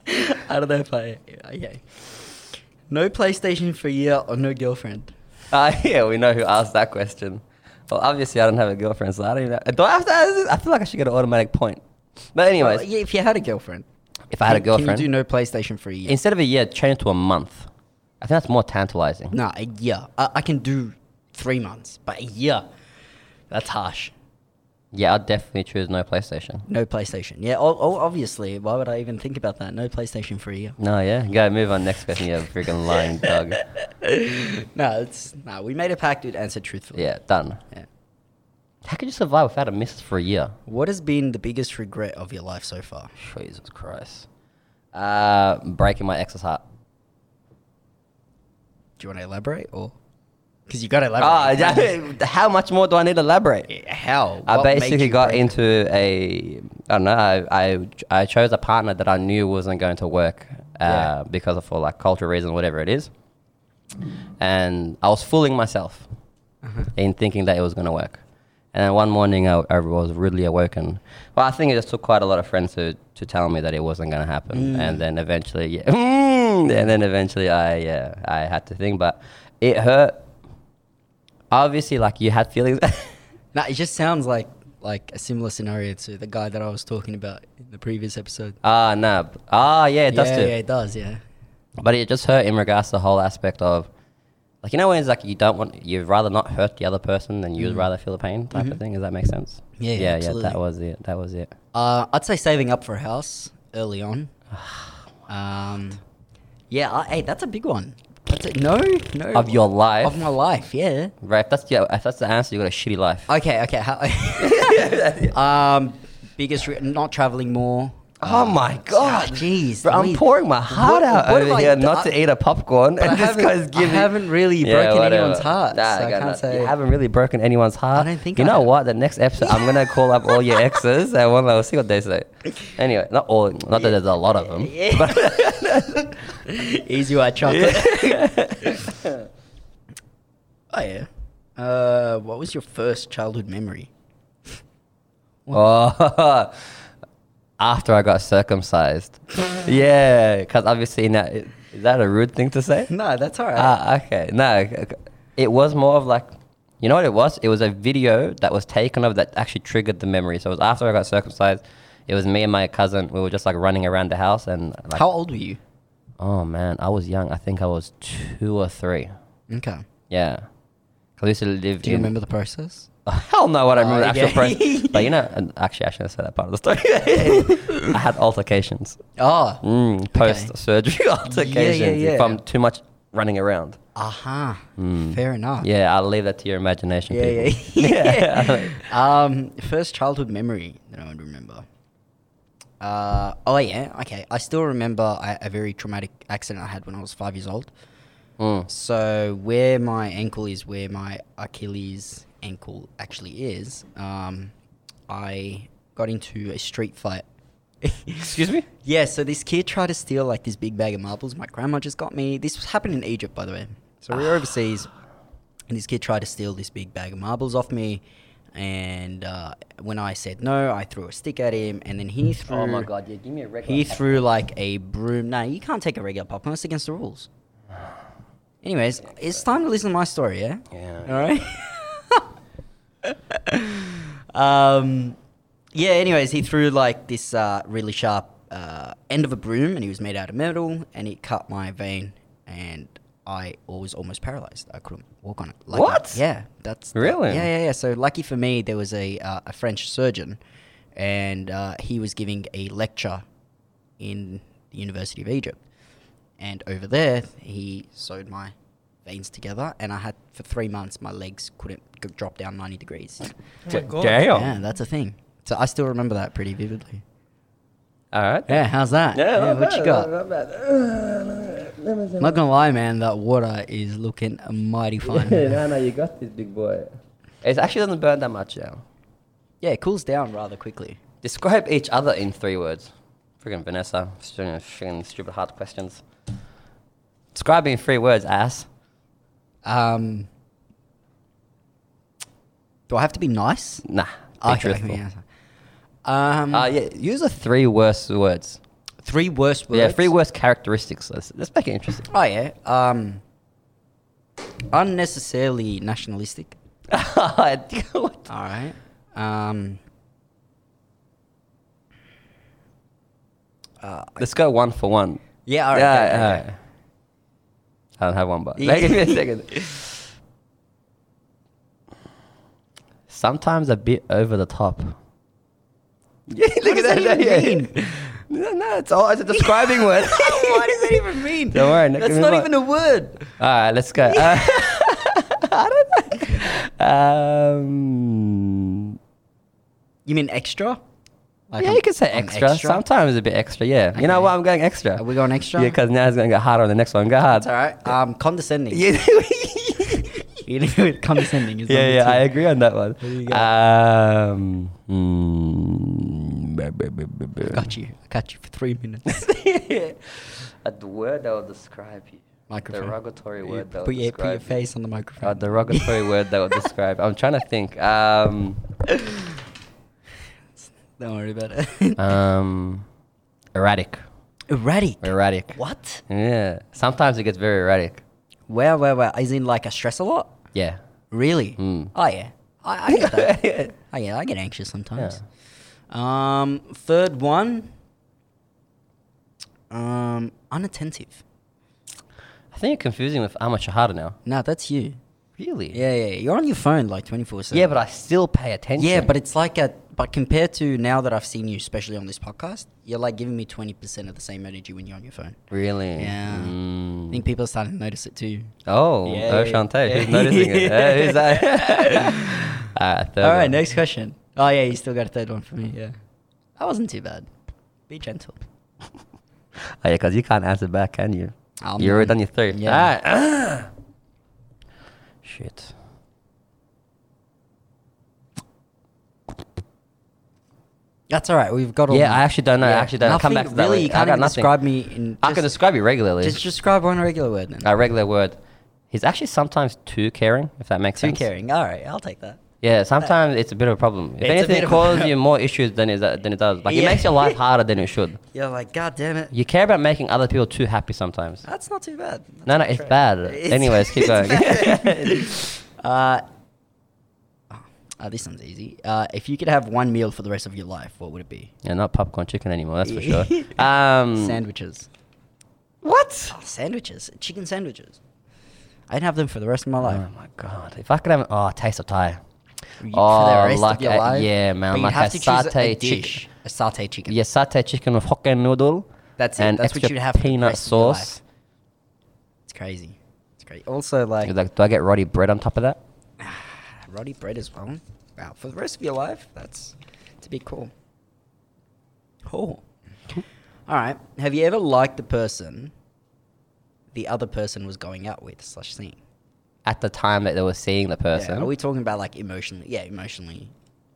S1: I don't know if I. Okay. No PlayStation for a year or no girlfriend.
S2: Uh, yeah, we know who asked that question. Well, obviously, I don't have a girlfriend, so I don't even. Do I have to ask this? I feel like I should get an automatic point. But anyways,
S1: Well, Oh, yeah, if you had a girlfriend.
S2: if I had a
S1: Can- can you
S2: girlfriend,
S1: do no PlayStation for a year.
S2: instead of a year, change it to a month. I think that's more tantalizing.
S1: Nah, a year. I, I can do three months, but a year. That's harsh.
S2: Yeah, I'd definitely choose no PlayStation.
S1: No PlayStation. Yeah, o- o- obviously. Why would I even think about that? No PlayStation for a year.
S2: No, yeah, go move on. Next question, you freaking lying dog.
S1: No, it's no. We made a pact. We'd answer truthfully.
S2: Yeah, done.
S1: Yeah.
S2: How could you survive without a miss for a year?
S1: What has been the biggest regret of your life so far?
S2: Jesus Christ. Uh, breaking my ex's heart.
S1: Do you want to elaborate, or because you got to
S2: Ah,
S1: elaborate?
S2: yeah, how much more do I need to elaborate?
S1: How?
S2: I
S1: What made
S2: basically
S1: you
S2: got
S1: break-
S2: into a I don't know I, I I chose a partner that I knew wasn't going to work uh,
S1: Yeah.
S2: because of for like cultural reason whatever it is, and I was fooling myself
S1: Uh-huh.
S2: in thinking that it was going to work, and then one morning I, I was rudely awoken. Well, I think it just took quite a lot of friends to to tell me that it wasn't going to
S1: Mm.
S2: happen, and then eventually yeah, Mm, and then eventually I yeah I had to think, but it hurt. Obviously, like you had feelings.
S1: No, it just sounds like like a similar scenario to the guy that I was talking about in the previous episode.
S2: Ah, no. Ah, yeah, it does
S1: yeah,
S2: too.
S1: yeah, it does. Yeah.
S2: But it just hurt in regards to the whole aspect of, like, you know, when it's like you don't want, you'd rather not hurt the other person than you'd rather feel the pain type of thing. Does that make sense?
S1: Mm. Mm-hmm. Yeah, yeah,
S2: yeah,
S1: absolutely.
S2: That was it. That was it.
S1: Uh, I'd say saving up for a house early on. Um, yeah, I, hey, that's a big one. That's a, no, no.
S2: Of your life.
S1: Of my life, yeah.
S2: Right? If that's, yeah, if that's the answer, you got a shitty life.
S1: Okay, okay. How, um, biggest re- not traveling more. Um,
S2: Oh my God.
S1: Ah, jeez,
S2: Bro, I'm
S1: Louise.
S2: pouring my heart
S1: What-
S2: out
S1: what have
S2: over
S1: I
S2: here
S1: d-
S2: not
S1: I-
S2: to eat a popcorn,
S1: But I
S2: and this
S1: haven't-
S2: guy's giving.
S1: I haven't really broken anyone's heart,
S2: Nah,
S1: so I
S2: got
S1: can't
S2: nothing.
S1: say-
S2: You haven't really broken anyone's heart.
S1: don't think
S2: You
S1: I
S2: know
S1: have.
S2: what? The next episode, I'm gonna call up all your exes and one. We'll see what they say. Anyway, not all. Not that there's a lot of them.
S1: Easy white chocolate. oh yeah. Uh, what was your first childhood memory?
S2: Oh, after I got circumcised. yeah, because obviously now is that a rude thing to say?
S1: No, that's all right.
S2: Ah, okay. No, c- c- it was more of like, you know what it was? It was a video that was taken of that actually triggered the memory. So it was after I got circumcised. It was me and my cousin. We were just like running around the house and like,
S1: How old were you?
S2: oh man, I was young. I think I was two or three.
S1: Okay.
S2: Yeah. 'Cause we used to live
S1: Do you
S2: in.
S1: remember the process?
S2: Hell no, what I remember the actual
S1: okay.
S2: price. But you know, and actually, I shouldn't say that part of the story. I had altercations,
S1: Oh.
S2: mm, post surgery altercations
S1: yeah.
S2: from too much running around.
S1: Aha. Fair enough.
S2: Mm. Yeah, I'll leave that to your imagination.
S1: Ah. Yeah,
S2: people.
S1: yeah. yeah. um, first childhood memory that I would remember. Uh, oh yeah, okay. I still remember I, a very traumatic accident I had when I was five years old.
S2: Mm.
S1: So where my ankle is, where my Achilles ankle actually is, um, I got into a street fight.
S2: Excuse me?
S1: Yeah, so this kid tried to steal like this big bag of marbles. My grandma just got me. This was happened in Egypt, by the way. So
S2: Ah.
S1: we were overseas, and this kid tried to steal this big bag of marbles off me. And uh, when I said no, I threw a stick at him, and then he threw.
S2: Oh my god, yeah, give me a record.
S1: He threw like a broom. No, you can't take a regular popcorn. It's against the rules. Anyways, it's time to listen to my story, yeah?
S2: Yeah.
S1: All right. um, yeah. Anyways, he threw like this uh, really sharp uh, end of a broom, and he was made out of metal, and it cut my vein, and I was almost paralyzed. I couldn't walk on it. Like,
S2: What?
S1: Yeah, that's
S2: Really?
S1: yeah, yeah, yeah. So lucky for me, there was a uh, a French surgeon, and uh, he was giving a lecture in the University of Egypt, and over there he sewed my veins together, and I had for three months my legs couldn't g- drop down ninety degrees.
S3: Oh my God.
S2: Damn.
S1: Yeah, that's a thing. So I still remember that pretty vividly.
S2: All right.
S1: Yeah, how's that? what you got? I'm not gonna lie, man. That water is looking mighty fine.
S4: no, no, you got this big boy.
S2: It actually doesn't burn that much now.
S1: yeah, it cools down rather quickly.
S2: Describe each other in three words. Friggin' Vanessa. Friggin', friggin' stupid hard questions. Describe me in three words, ass.
S1: Um, do I have to be nice?
S2: Nah. Be truthful.
S1: yeah. Um,
S2: Uh, yeah, use the three worst words.
S1: three worst words.
S2: Yeah, three worst characteristics. Let's, let's make it interesting.
S1: Oh yeah. Um, unnecessarily nationalistic.
S2: What?
S1: All right. Um,
S2: let's go one for one.
S1: uh, yeah. All right.
S2: yeah,
S1: okay, okay.
S2: alright. I don't have one, but
S1: Yeah.
S2: give me a second. Sometimes a bit over the top. Yeah, look
S1: does that even
S2: yeah. No, no, it's all it's a describing word.
S1: Why does that even mean?
S2: Don't worry, Nick,
S1: That's
S2: give me
S1: not
S2: one.
S1: even a word.
S2: All right, let's go. Uh, I don't know. Um,
S1: You mean extra? Like
S2: yeah,
S1: I'm-
S2: you can say
S1: I'm
S2: extra. Sometimes a bit extra. Yeah. You know
S1: Okay.
S2: what? I'm going extra.
S1: Are we going extra?
S2: Yeah, because now it's going to get harder on the next one. Go hard.
S1: That's all right. Um, condescending.
S2: Yeah,
S1: condescending is
S2: yeah,
S1: number
S2: yeah,
S1: two.
S2: I agree on that one.
S1: There you go.
S2: Um, mm, ba- ba- ba- ba- ba.
S1: Got you. I got you for three minutes.
S2: A d- word that will describe you.
S1: Microphone.
S2: Derogatory
S1: You
S2: word that will
S1: put, yeah, put
S2: describe
S1: your
S2: you.
S1: face on the microphone.
S2: A derogatory word that will describe. I'm trying to think. Um,
S1: Don't worry about it.
S2: um, erratic.
S1: erratic.
S2: Erratic.
S1: What?
S2: Yeah. Sometimes it gets very erratic.
S1: Where, where, where? Is in like I stress a lot?
S2: Yeah.
S1: Really?
S2: Mm.
S1: Oh yeah. I, I get that. oh yeah, I get anxious sometimes. Um, third one. Um, unattentive.
S2: I think you're confusing with Amma Shahada now.
S1: No, that's you.
S2: Really?
S1: Yeah, yeah. You're on your phone like twenty four seven.
S2: Yeah, but I still pay attention.
S1: Yeah, but it's like a but compared to now that I've seen you, especially on this podcast, you're like giving me twenty percent of the same energy when you're on your phone.
S2: Really?
S1: Yeah.
S2: Mm.
S1: I think people are starting to notice it too.
S2: Oh,
S1: Yeah,
S2: oh,
S1: yeah,
S2: Shantae,
S1: yeah.
S2: who's noticing it? Yeah, who's that? uh, third
S1: All right,
S2: one.
S1: next question. Oh yeah, you still got a third one for me. Yeah, that wasn't too bad. Be gentle.
S2: Oh, yeah, because you can't answer back, can you?
S1: I'm
S2: you already
S1: done.
S2: done your three.
S1: Oh, Yeah.
S2: Alright. Shit.
S1: That's all right. We've got all.
S2: Yeah,
S1: the-
S2: I actually don't know. I actually don't know.
S1: Nothing,
S2: Come back to that
S1: really,
S2: later.
S1: you
S2: I
S1: can't
S2: got
S1: even
S2: nothing.
S1: describe me in.
S2: I can
S1: just-
S2: describe you regularly.
S1: Just describe one regular word then.
S2: a regular word. He's actually sometimes too caring, if that makes
S1: Too
S2: sense.
S1: caring. All right, I'll take that.
S2: Yeah, sometimes it's a bit of a problem. If
S1: It's a bit
S2: anything, it
S1: of a
S2: causes
S1: problem.
S2: you more issues than it, than it does. Like, it
S1: Yeah.
S2: makes your life harder than it should.
S1: You're like, God damn it.
S2: You care about making other people too happy sometimes.
S1: That's not too bad.
S2: No, no, it's bad. Anyways, keep going.
S1: uh, uh, this one's easy. Uh, if you could have one meal for the rest of your life, what would it be?
S2: Yeah, not popcorn chicken anymore, that's for sure. Um,
S1: sandwiches.
S2: What?
S1: Oh, sandwiches. Chicken sandwiches. I'd have them for the rest of my
S2: Oh
S1: life.
S2: my god! If I could have, oh, taste of Thai.
S1: You-
S2: Oh,
S1: for the rest
S2: like
S1: of your
S2: a-
S1: life.
S2: yeah, man,
S1: But you'd
S2: like
S1: have
S2: a
S1: to choose a
S2: satay
S1: dish.
S2: chicken.
S1: A satay chicken.
S2: Yeah, satay chicken with Hokkien noodle.
S1: That's it.
S2: And
S1: That's what
S2: extra
S1: you'd have for the
S2: peanut
S1: rest of your
S2: sauce.
S1: It's crazy. It's crazy. Also, like,
S2: You're like, do I get roti bread on top of that?
S1: Roddy bread as well. Wow, for the rest of your life, that's to be cool. Cool. All right. Have you ever liked the person the other person was going out with slash seeing?
S2: At the time that they were seeing the person,
S1: Yeah, are we talking about like emotionally? Yeah, emotionally.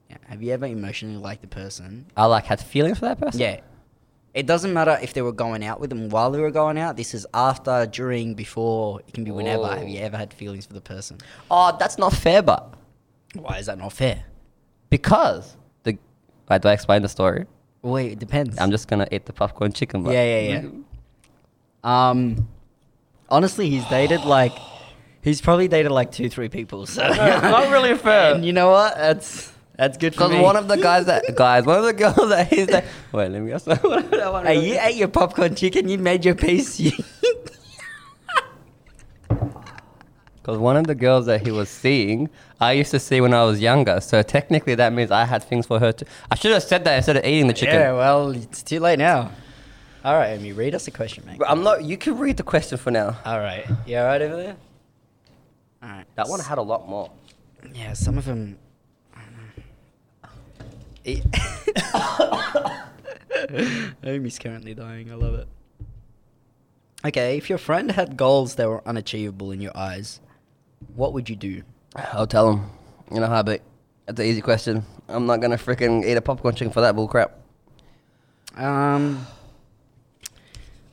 S1: Yeah. Have you ever emotionally liked the person?
S2: I like had feelings for that person.
S1: Yeah. It doesn't matter if they were going out with them while they were going out. This is after, during, before. It can be whenever.
S2: Whoa.
S1: Have you ever had feelings for the person?
S2: Oh, that's not fair, but
S1: Why is that not fair?
S2: because the. Wait, do I explain the story?
S1: Wait, it depends.
S2: I'm just gonna eat the popcorn chicken. But
S1: Yeah, yeah, yeah. Um, honestly, he's dated like he's probably dated like two, three people. So
S2: not really fair.
S1: And you know what? That's that's good for
S2: Because
S1: me.
S2: one of the guys that guys, one of the girls that he's like, wait, let me ask. that one.
S1: Hey, you ate your popcorn chicken. You made your peace. You-
S2: Because one of the girls that he was seeing, I used to see when I was younger. So technically, that means I had things for her to. I should have said that instead of eating the chicken.
S1: Yeah, well, it's too late now. All right, Amy, read us a question, mate.
S2: But I'm not. You can read the question for now.
S1: All right. You all right over there? All right.
S2: That one had a lot more.
S1: Yeah, some of them. Amy's currently dying. I love it. Okay, if your friend had goals that were unachievable in your eyes, what would you do?
S2: I'll tell him. You know how big? That's an easy question. I'm not gonna freaking eat a popcorn chicken for that bull crap.
S1: Um,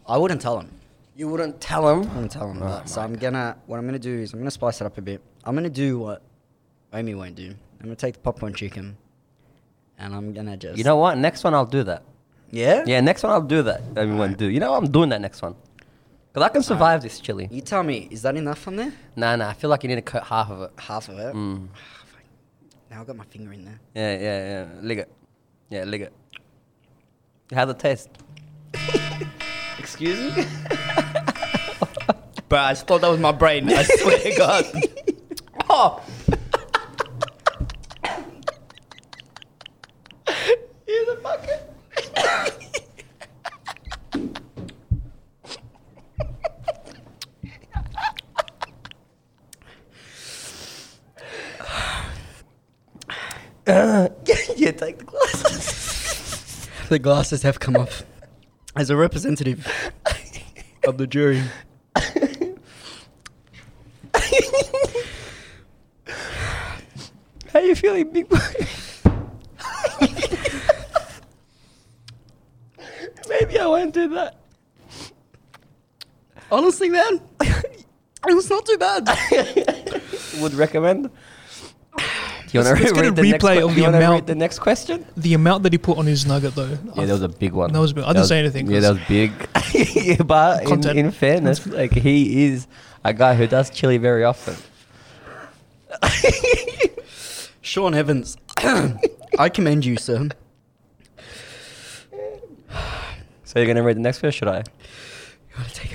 S1: I wouldn't tell him.
S2: You wouldn't tell him.
S1: I'm telling him
S2: Oh
S1: that. So
S2: my
S1: I'm gonna what I'm gonna do is I'm gonna spice it up a bit. I'm gonna do what Amy won't do. I'm gonna take the popcorn chicken, and I'm gonna just
S2: You know what? Next one, I'll do that.
S1: yeah
S2: Yeah, next one, I'll do that. Everyone, do. You know, what? I'm doing that next one. Cause I can survive this chili.
S1: You tell me, is that enough on there?
S2: Nah, nah. I feel like you need to cut half of it.
S1: Half of it. Ah,
S2: Mm.
S1: Fuck. Now I got my finger in there.
S2: Yeah, yeah, yeah. Lick it. Yeah, lick it. How's it taste?
S1: Excuse me. Bro, I just thought that was my brain. I swear to God. Oh. Here's a bucket.
S2: yeah, take the glasses.
S1: The glasses have come off. As a representative of the jury.
S2: How you feeling, big boy? Maybe I won't do that.
S1: Honestly, man, it was not too bad.
S2: Would recommend. Do you
S3: Let's-
S2: wanna
S3: let's get a replay
S2: next, que-
S3: of
S2: do you
S3: the
S2: wanna read
S3: amount.
S2: the next question?
S3: The amount that he put on his nugget, though.
S2: Yeah, that was a big one.
S3: That was big. I didn't say anything,
S2: Yeah, that was big. yeah, but in,
S3: Content.
S2: in fairness, like he is a guy who does chili very often.
S1: Sean Evans, I commend you, sir.
S2: So you're gonna read the next question, should I?
S1: You want to take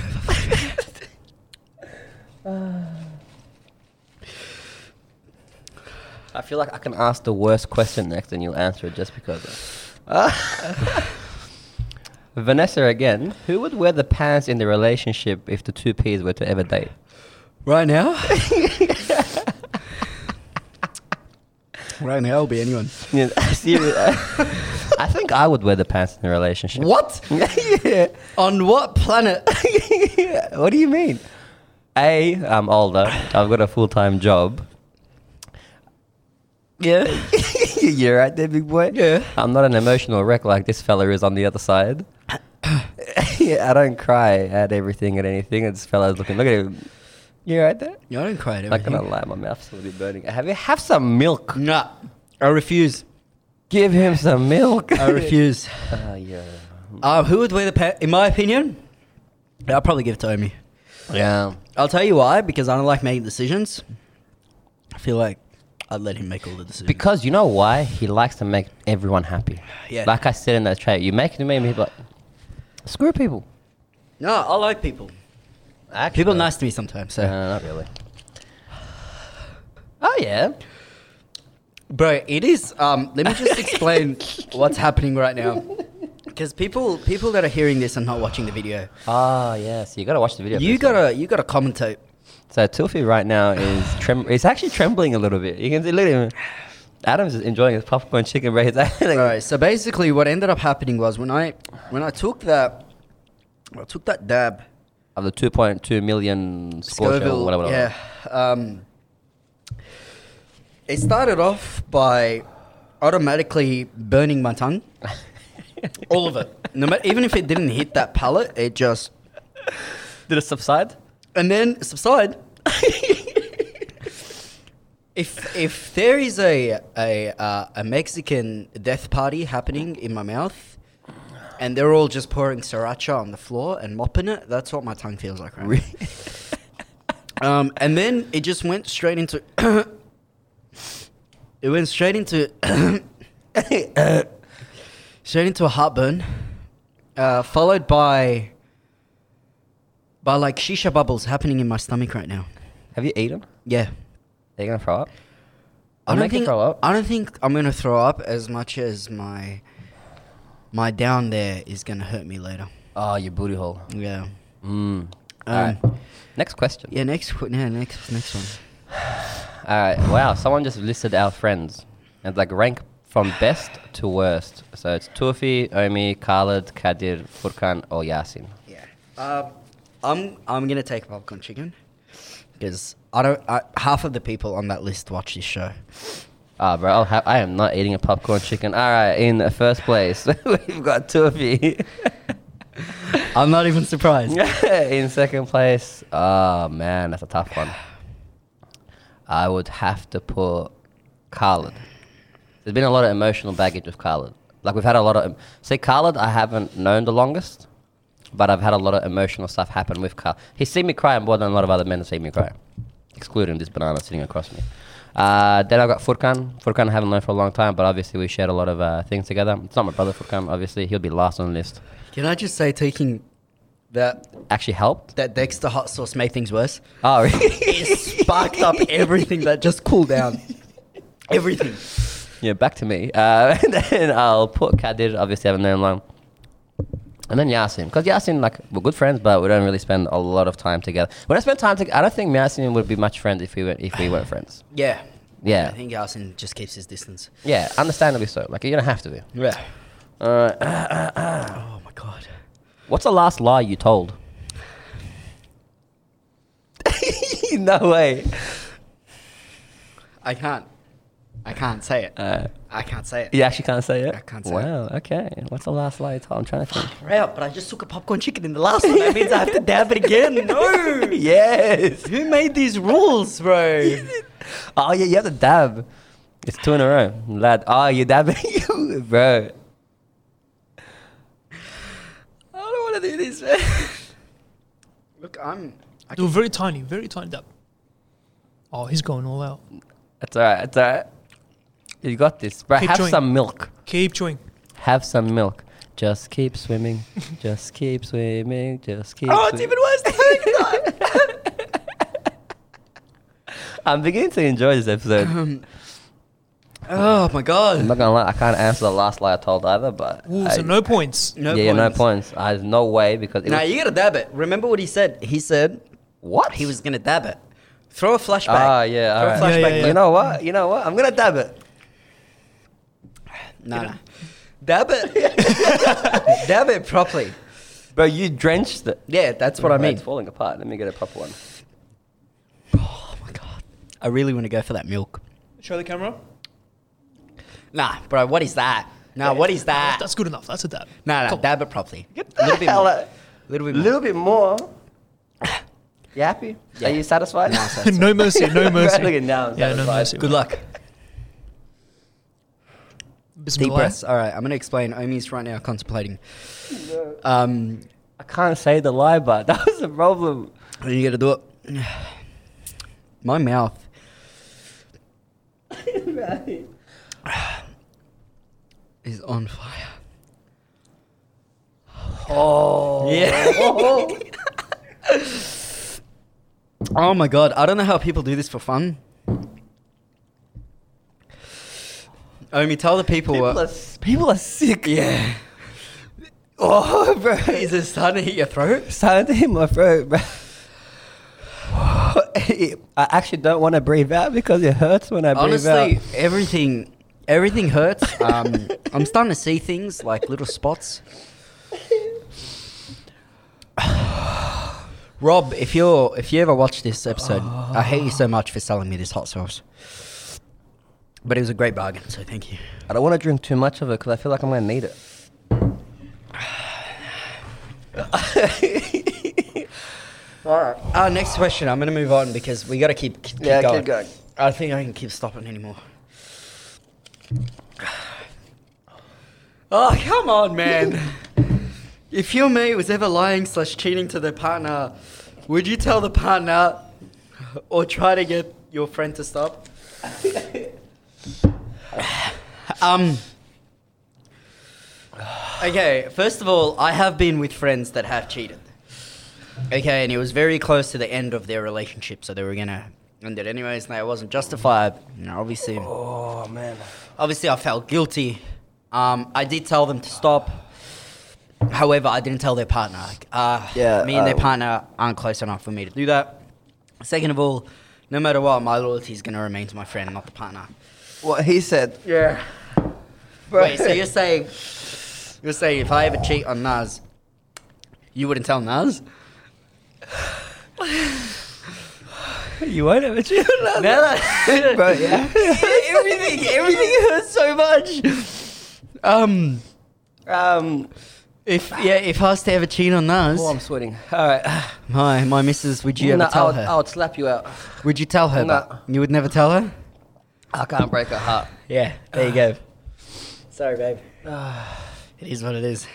S1: over?
S2: I feel like I can ask the worst question next and you'll answer it just because. Vanessa again. Who would wear the pants in the relationship if the two P's were to ever date?
S1: right now? right now, I'll be anyone.
S2: Yeah, serious- I think I would wear the pants in the relationship.
S1: What?
S2: yeah.
S1: On what planet?
S2: what do you mean? A, I'm older. I've got a full time job.
S1: Yeah.
S2: You're right there, big boy.
S1: Yeah.
S2: I'm not an emotional wreck like this fella is on the other side. yeah, I don't cry at everything and anything. This fella's looking. Look at him. You right there?
S1: You don't cry at
S2: Not
S1: everything.
S2: gonna lie, my mouth's already burning. Have you have some milk?
S1: Nah, I refuse.
S2: Give him some milk.
S1: I refuse.
S2: Ah, yeah.
S1: Uh, who would wear the pants? In my opinion, I'll probably give it to Omi.
S2: Yeah.
S1: I'll tell you why, because I don't like making decisions. I feel like I'd let him make all the decisions.
S2: Because you know why? He likes to make everyone happy.
S1: Yeah.
S2: Like I said in that trait, you make him me like screw people.
S1: no, I like people.
S2: Actually,
S1: People are nice to me sometimes. So,
S2: No, no, Uh, not really. Oh yeah.
S1: bro, it is. Um, let me just explain what's happening right now, because people people that are hearing this and not watching the video,
S2: Ah yeah. So you gotta watch the video.
S1: you
S2: first, man.
S1: gotta you gotta commentate.
S2: So Tilfi right now is trem- It's actually trembling a little bit. You can see, look at him. Adam's is enjoying his popcorn chicken, bro. He's actually
S1: All right. So basically, what ended up happening was when I when I took that when I took that dab,
S2: of the 2.2 million score show,
S1: Scoville,
S2: whatever, whatever.
S1: yeah. Um, it started off by automatically burning my tongue. All of it. No matter, even if it didn't hit that palate, it just
S2: Did it subside?
S1: and then subside. if if there is a a uh, a Mexican death party happening in my mouth, and they're all just pouring sriracha on the floor and mopping it, that's what my tongue feels like right. now. um, and then it just went straight into. it went straight into. straight into a heartburn, uh, followed by by like shisha bubbles happening in my stomach right now.
S2: Have you eaten?
S1: Yeah.
S2: They're gonna throw up.
S1: I
S2: I'll
S1: don't
S2: make you
S1: think
S2: throw up.
S1: I don't think I'm gonna throw up as much as my my down there is gonna hurt me later.
S2: Oh, your booty hole.
S1: Yeah.
S2: Mm.
S1: Um,
S2: Alright. Next question.
S1: Yeah. Next. qu- Yeah. Next. Next one.
S2: All right. Uh, Wow. Someone just listed our friends and like rank from best to worst. So it's Tufi, Omi, Khaled, Kadir, Furkan, or Yasin.
S1: Yeah. Um, I'm I'm gonna take popcorn chicken because I don't. I, half of the people on that list watch this show.
S2: Ah, bro. I'll ha- I am not eating a popcorn chicken. All right. In the first place, we've got Tufi.
S1: I'm not even surprised.
S2: in second place, oh man, that's a tough one. I would have to put Khaled. There's been a lot of emotional baggage with Khaled. Like we've had a lot of see Khaled. I haven't known the longest, but I've had a lot of emotional stuff happen with Khaled. He's seen me cry more than a lot of other men have seen me cry, excluding this banana sitting across me. Uh, then I've got Furkan. Furkan I haven't known for a long time, but obviously we shared a lot of uh, things together. It's not my brother Furkan, obviously. He'll be last on the list.
S1: Can I just say taking that
S2: Actually helped.
S1: that Dexter hot sauce made things worse?
S2: Oh, really?
S1: It sparked up everything that just cooled down. Everything.
S2: Yeah, back to me. Uh, and then I'll put Kadir, obviously, I haven't known him long. And then Yasin. Because Yasin, like, we're good friends, but we don't really spend a lot of time together. When I spend time together, I don't think Yasin would be much friends if we were if we weren't friends.
S1: Yeah.
S2: Yeah.
S1: I think Arsene just keeps his distance.
S2: Yeah, understandably so. Like, you don't have to be.
S1: Yeah.
S2: Alright.
S1: Uh, Oh my god.
S2: What's the last lie you told? no way.
S1: I can't. I can't say it.
S2: Uh,
S1: I can't say it.
S2: you actually can't say it?
S1: I can't say it.
S2: Wow, okay. What's the last lie you told? I'm trying to think.
S1: Crap, but I just took a popcorn chicken in the last one. That means I have to dab it again. No.
S2: yes!
S1: Who made these rules, bro?
S2: Oh yeah, you have to dab. It's two in a row, lad. Oh, you dabbing, you bro.
S1: I don't want to do this, man. Look, I'm. I
S3: They were very tiny, very tiny dab. Oh, he's going all out.
S2: That's all right. That's all right. You got this, bro.
S3: Keep
S2: have
S3: chewing.
S2: some milk.
S3: Keep chewing.
S2: Have some milk. Just keep swimming. Just keep swimming. Just keep.
S1: oh, it's
S2: swim-
S1: even worse. than that.
S2: I'm beginning to enjoy this episode.
S1: um, oh my god.
S2: I'm not gonna lie. I can't answer the last lie I told either, but
S3: Ooh,
S2: I,
S3: so no points.
S1: No
S2: yeah, yeah, no
S1: points.
S2: points. I, there's no way because it
S1: Now
S2: was,
S1: you gotta dab it. Remember what he said? He said
S2: what
S1: he was gonna dab it. Throw a flashback.
S2: Ah, yeah, all
S1: Throw
S2: right.
S1: a flashback.
S3: Yeah, yeah, yeah.
S2: You know what? You know what? I'm gonna dab it.
S1: No, no. Dab it. dab it properly.
S2: Bro, you drenched it.
S1: Yeah, that's what I mean.
S2: It's falling apart. Let me get a proper one.
S1: Oh my god. I really want to go for that milk.
S3: Show the camera.
S1: Nah, bro, what is that? Nah, what is that?
S3: That's good enough. That's a dab.
S1: Nah, nah,
S3: Come on.
S1: dab it properly.
S2: A
S1: little bit more. Little bit more.
S2: little bit more. You happy? Are you satisfied?
S1: Nah, so-
S3: no mercy, no mercy.
S2: Look at now, I'm
S3: Yeah, no
S2: satisfied.
S3: mercy.
S1: Good luck. Deep
S3: Bismillah.
S1: breaths. All right, I'm gonna explain. Omi's right now contemplating. Um,
S2: I can't say the lie, but that was the problem.
S1: you gotta do it. My mouth. is on fire.
S2: Oh.
S1: Yeah. oh my god, I don't know how people do this for fun. Omi, tell the people,
S2: people, are,
S1: what.
S2: s- people are sick.
S1: yeah.
S2: Oh, bro.
S1: Is it starting to hit your throat?
S2: It's starting to hit my throat, bro. I actually don't want to breathe out because it hurts when I breathe
S1: Honestly,
S2: out.
S1: everything everything hurts. Um, I'm starting to see things like little spots. Rob, if you're if you ever watch this episode, I hate you so much for selling me this hot sauce. But it was a great bargain, so thank you.
S2: I don't want to drink too much of it because I feel like I'm going to need it.
S1: Uh, next question. I'm gonna move on because we gotta keep, keep,
S2: Yeah, keep
S1: going.
S2: going.
S1: I don't think I can keep stopping anymore. Oh come on, man! if your mate was ever lying slash cheating to their partner, would you tell the partner or try to get your friend to stop? um. Okay, first of all, I have been with friends that have cheated. Okay, and it was very close to the end of their relationship, so they were gonna end it anyways. No, it wasn't justified. You know, obviously,
S2: Oh man.
S1: obviously, I felt guilty. Um, I did tell them to stop. However, I didn't tell their partner. Like, uh,
S2: Yeah,
S1: me and their
S2: uh,
S1: partner aren't close enough for me to do that. Second of all, no matter what, my loyalty is gonna remain to my friend, not the partner.
S2: What he said.
S1: Yeah. Wait, so you're saying you're saying if I ever cheat on Nas, you wouldn't tell Nas?
S3: You won't have a chance.
S1: No, no.
S2: Bro, yeah.
S1: everything, everything hurts so much. Um,
S2: Um.
S1: if yeah, if I was to ever cheat on Nas,
S2: Oh, I'm sweating. All right.
S1: my my missus, would you ever
S2: No, I
S1: tell
S2: would,
S1: her?
S2: I would slap you out.
S1: Would you tell her?
S2: No.
S1: but You would never tell her.
S2: I can't break her heart.
S1: Yeah, there you go. Sorry, babe. Ah. it is what it is.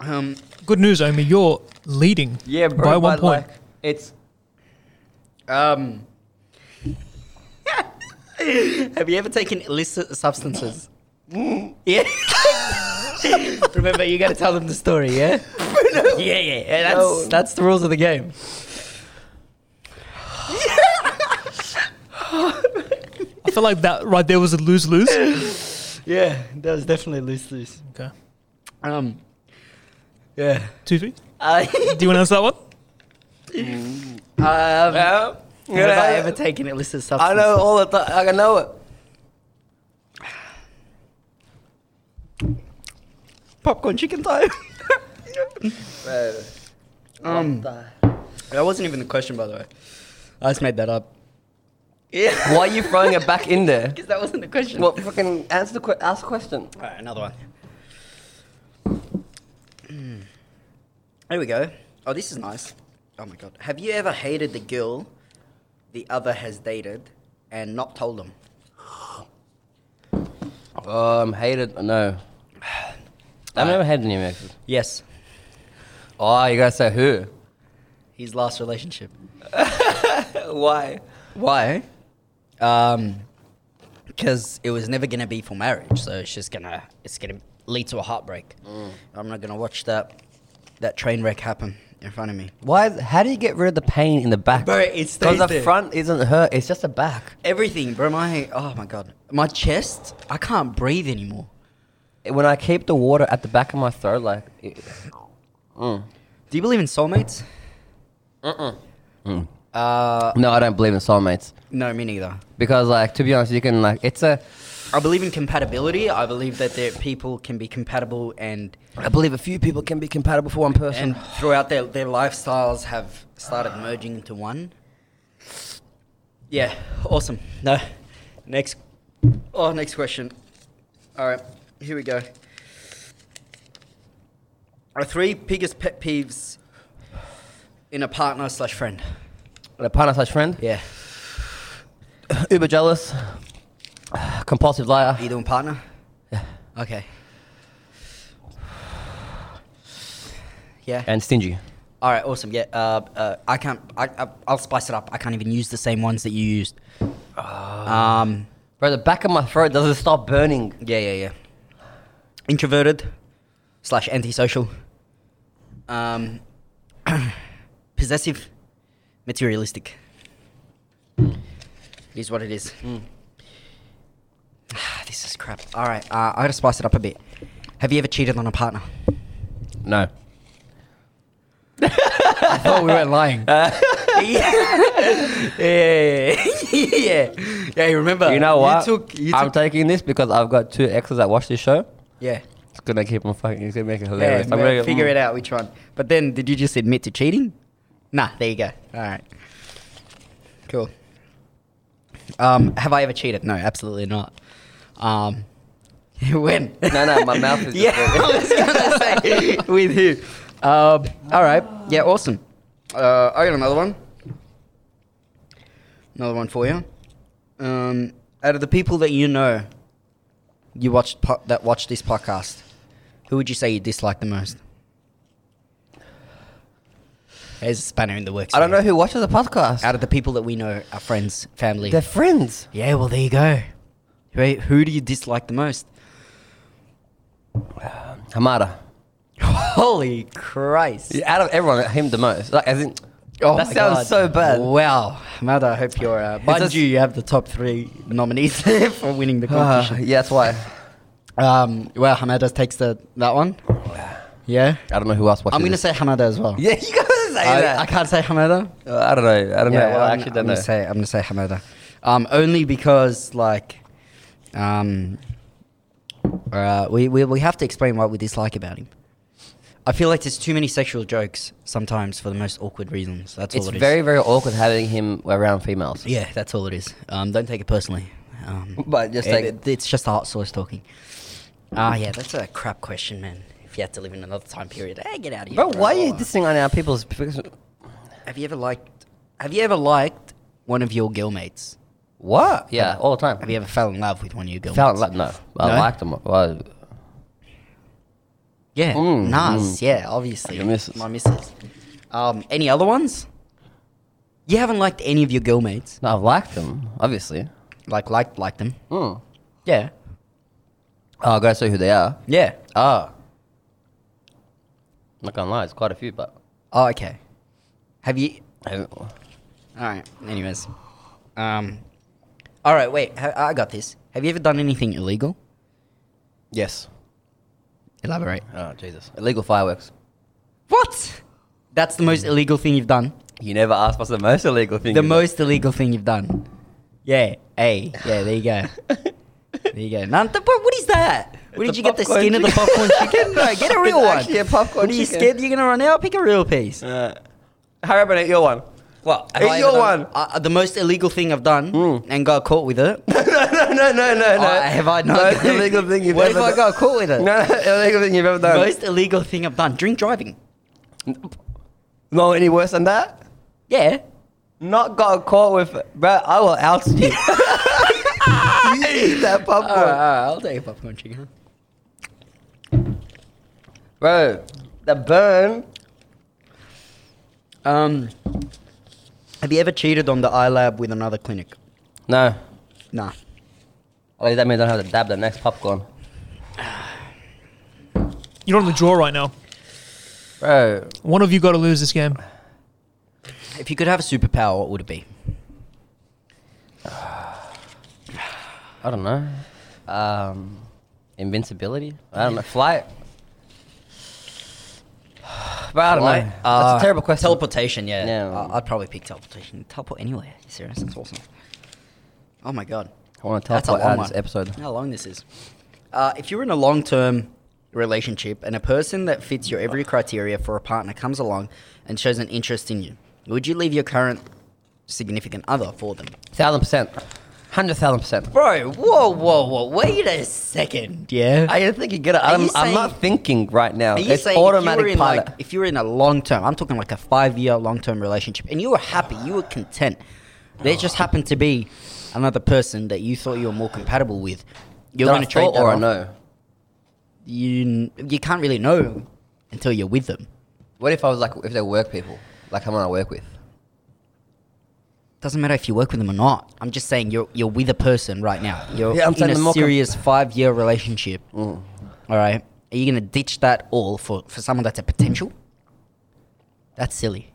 S1: Um,
S3: Good news, Omi. You're leading.
S2: Yeah, bro.
S3: By
S2: but,
S3: one point.
S2: Like, it's
S1: um. Have you ever taken illicit substances? yeah. Remember, you got to tell them the story, yeah? Yeah, yeah, yeah. That's
S2: No.
S1: that's the rules of the game.
S3: I feel like that right there was a lose lose.
S1: Yeah, that was definitely loose loose.
S3: Okay.
S1: Um, yeah.
S3: Two feet.
S1: I
S3: Do you want to answer that one?
S1: um,
S2: Yeah.
S1: have I ever taken illicit substances?
S2: I know all the time. I know it.
S1: popcorn chicken time.
S2: Bro.
S1: um, that wasn't even the question, by the way. I just made that up.
S2: Why are you throwing it back in there?
S1: Because that wasn't the question.
S2: Well, fucking answer the que- ask the question.
S1: All right, another one. Mm. There we go. Oh, this is nice. Oh my god. Have you ever hated the girl the other has dated and not told them?
S2: Um, hated. No. I've never had any exes.
S1: Yes.
S2: Oh, you gotta say who?
S1: His last relationship.
S2: Why?
S1: Why? Um, because it was never gonna be for marriage, so it's just gonna it's gonna lead to a heartbreak. I'm not gonna watch that that train wreck happen in front of me.
S2: Why? is- How do you get rid of the pain in the back?
S1: Bro, it stays
S2: Because the
S1: there.
S2: front isn't hurt. It's just the back.
S1: Everything, bro. My oh my god, my chest. I can't breathe anymore.
S2: When I keep the water at the back of my throat, like, it, mm,
S1: Do you believe in soulmates? Uh,
S2: Mm. no, I don't believe in soulmates
S1: no, me neither.
S2: because, like, to be honest, you can like, it's a.
S1: I believe in compatibility. I believe that there, people can be compatible and
S2: I believe a few people can be compatible for one person.
S1: and throughout their, their lifestyles have started merging into one. Yeah, awesome. No, next. Oh, next question. All right, here we go. Our three biggest pet peeves in a partner slash friend.
S2: a partner slash friend.
S1: Yeah.
S2: Uber jealous. Compulsive liar.
S1: Are you doing partner? Yeah. Okay. Yeah.
S2: And stingy.
S1: All right. Awesome. Yeah. Uh, uh, I can't. I, I, I'll spice it up. I can't even use the same ones that you used. Um.
S2: Bro, the back of my throat doesn't stop burning.
S1: Yeah. Yeah. Yeah. Introverted, slash antisocial. Um. possessive, materialistic. Is what it is. this is crap. All right. Uh, I gotta spice it up a bit. Have you ever cheated on a partner?
S2: No.
S3: I thought we weren't lying.
S1: yeah. yeah, yeah, yeah. You remember?
S2: You know what?
S1: You took. You
S2: I'm
S1: took
S2: taking this because I've got two exes that watch this show.
S1: yeah.
S2: It's gonna keep on fucking. It's gonna make it
S1: Yeah,
S2: hilarious.
S1: man, figure it out which one. But then, did you just admit to cheating? Nah, there you go. All right. Cool. Um, have I ever cheated? No, absolutely not. Um, when?
S2: No, no, my mouth is.
S1: yeah,
S2: just-
S1: I was gonna say with who? Um, all right. Yeah, awesome. Uh, I got another one. Another one for you. Um, out of the people that you know, you watched po- that watch this podcast, who would you say you dislike the most? There's a spanner in the works.
S2: I don't know
S1: man.
S2: who watches the podcast.
S1: Out of the people that we know, our friends, family.
S2: They're friends.
S1: yeah, well, there you go. Who, who do you dislike the most?
S2: Hamada.
S1: Holy Christ.
S2: Yeah, out of everyone, him the most. Like, I think
S1: Oh
S2: that
S1: my
S2: sounds
S1: God.
S2: so bad.
S1: Wow, Mada, I hope you're. Uh, mind
S2: just-
S1: you, you have the top three nominees for winning the
S2: Ah,
S1: competition.
S2: yeah, that's why.
S1: Um, well, Hamada takes the that one. Yeah,
S2: I don't know who else watches.
S1: I'm gonna
S2: this.
S1: say Hamada as well.
S2: Yeah, you gotta say
S1: I,
S2: that.
S1: I can't say Hamada.
S2: Uh, I don't know. I don't know. Well, I
S1: I'm-
S2: actually don't
S1: I'm
S2: know.
S1: Gonna say, I'm gonna say Hamada, um, only because like, um, uh, we, we we have to explain what we dislike about him. I feel like there's too many sexual jokes sometimes for the most awkward reasons. That's
S2: it's
S1: all it is.
S2: very, very awkward having him around females.
S1: Yeah, that's all it is. Um, don't take it personally. Um,
S2: But just take it-
S1: It's just the heart source talking. Ah, yeah, that's a crap question, man. If you had to live in another time period, hey, get out of here.
S2: Bro, why are you dissing on our people's?
S1: Have you ever liked? Have you ever liked one of your girlmates?
S2: What? Yeah, all the time.
S1: Have you ever fell in love with one of your girlmates?
S2: Felt like no, but
S1: No?
S2: I liked him. Well,
S1: Yeah,
S2: Mm,
S1: Nas. Yeah, obviously.
S2: Your missus.
S1: My missus. Um, any other ones? You haven't liked any of your girlmates.
S2: no, I've liked him, obviously.
S1: Like, liked, liked them.
S2: Mm.
S1: Yeah.
S2: Oh, I gotta say who they are.
S1: Yeah.
S2: Ah, not gonna lie, it's quite a few, but
S1: Oh, okay. Have you?
S2: I haven't-
S1: All right. Anyways, um, all right. Wait, ha- I got this. Have you ever done anything illegal?
S2: yes.
S1: Elaborate.
S2: Oh Jesus! Illegal fireworks.
S1: What? That's the most illegal thing you've done.
S2: You never asked what's the most illegal thing.
S1: The
S2: you've
S1: most illegal thing you've done. Yeah. Hey. Yeah. There you go. there you go. None, but what is that? Where
S2: It's
S1: did you
S2: a
S1: get the
S2: popcorn
S1: skin of the
S2: chicken.
S1: popcorn chicken? Bro, get a
S2: It's
S1: real one.
S2: actually a popcorn
S1: What are you
S2: chicken.
S1: scared you're gonna run out? Pick a real piece.
S2: Uh, hurry up and eat your one.
S1: What?
S2: Eat your one.
S1: Uh, the most illegal thing I've done and got caught with it.
S2: no, no, no, no, Hmm. no.
S1: Oh, have I not?
S2: Most illegal thing you've
S1: what
S2: ever
S1: if I
S2: done.
S1: got caught with it?
S2: No, no, illegal thing you've ever done.
S1: Most illegal thing I've done. Drink driving.
S2: No, any worse than that?
S1: Yeah.
S2: Not got caught with, bro. I will oust you. you eat that popcorn,
S1: I'll take a popcorn chicken.
S2: bro. The burn.
S1: Um, have you ever cheated on the iLab with another clinic?
S2: No,
S1: Nah.
S2: at least that means I don't have to dab the next popcorn,
S3: You're on the draw right now.
S2: bro.
S3: One of you got to lose this game.
S1: If you could have a superpower, what would it be?
S2: I don't know. Um, invincibility. I don't know. Flight. Bro, I don't know. That's
S1: Uh,
S2: a terrible question.
S1: Teleportation, yeah.
S2: Yeah.
S1: I- I'd probably pick teleportation. Teleport anywhere. Are you serious? That's awesome. Oh my god.
S2: I want to
S1: That's a
S2: teleport out
S1: long
S2: of
S1: one.
S2: this episode.
S1: How long this is? Uh, if you're in a long-term relationship and a person that fits your every criteria for a partner comes along and shows an interest in you, would you leave your current significant other for them?
S2: Thousand percent. Hundred thousand percent.
S1: Bro, whoa, whoa, whoa! Wait a second. Yeah.
S2: I didn't think you get it.
S1: Are
S2: I'm,
S1: you
S2: I'm
S1: saying-
S2: not thinking right now.
S1: Are you
S2: It's
S1: saying if you
S2: automatic
S1: were in,
S2: pilot.
S1: Like, if you're in a long term, I'm talking like a five year long term relationship, and you were happy, you were content. There just happened to be another person that you thought you were more compatible with. You're
S2: That I
S1: going to trade
S2: thought
S1: that
S2: or
S1: off.
S2: I know.
S1: You you can't really know until you're with them.
S2: What if I was like if they're work people, like someone I work with?
S1: Doesn't matter if you work with them or not. I'm just saying you're you're with a person right now. You're
S2: Yeah, I'm
S1: in
S2: saying
S1: a
S2: the Mm. more com-
S1: serious five year relationship. All right. Are you going to ditch that all for, for someone that's a potential? That's silly.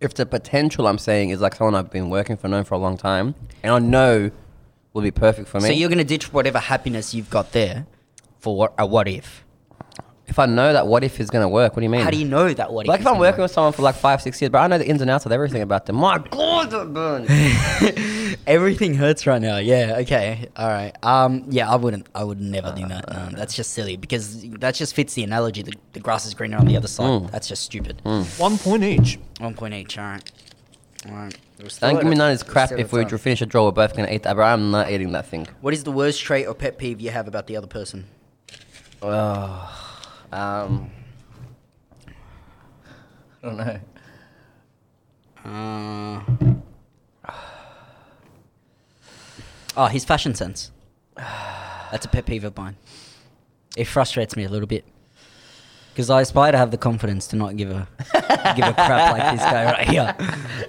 S2: If the potential I'm saying is like someone I've been working for, known for a long time, and I know will be perfect for me.
S1: So you're going to ditch whatever happiness you've got there for what, a what if.
S2: if I know that, what if is gonna work? What do you mean?
S1: How do you know that what if?
S2: Like if
S1: is
S2: I'm
S1: gonna
S2: working with someone for like five, six years, but I know the ins and outs of everything about them. My God, that burns.
S1: work? everything hurts right now. Yeah. Okay. All right. Um. Yeah. I wouldn't. I would never do that. No, that's just silly because that just fits the analogy. The, the grass is greener on the other side.
S2: Mm.
S1: That's just stupid.
S3: One point each.
S1: One point eight. All right. All right. We're still
S2: Don't
S1: at
S2: give me
S1: it.
S2: none of this
S1: We're
S2: crap.
S1: still
S2: If
S1: at
S2: we
S1: time.
S2: dr- finish a draw, we're both gonna eat that. But I'm not eating that thing.
S1: What is the worst trait or pet peeve you have about the other person?
S2: Um, I don't know.
S1: Uh. Oh, his fashion sense. That's a pet peeve of mine. It frustrates me a little bit. Because I aspire to have the confidence to not give a give a crap like this guy right here.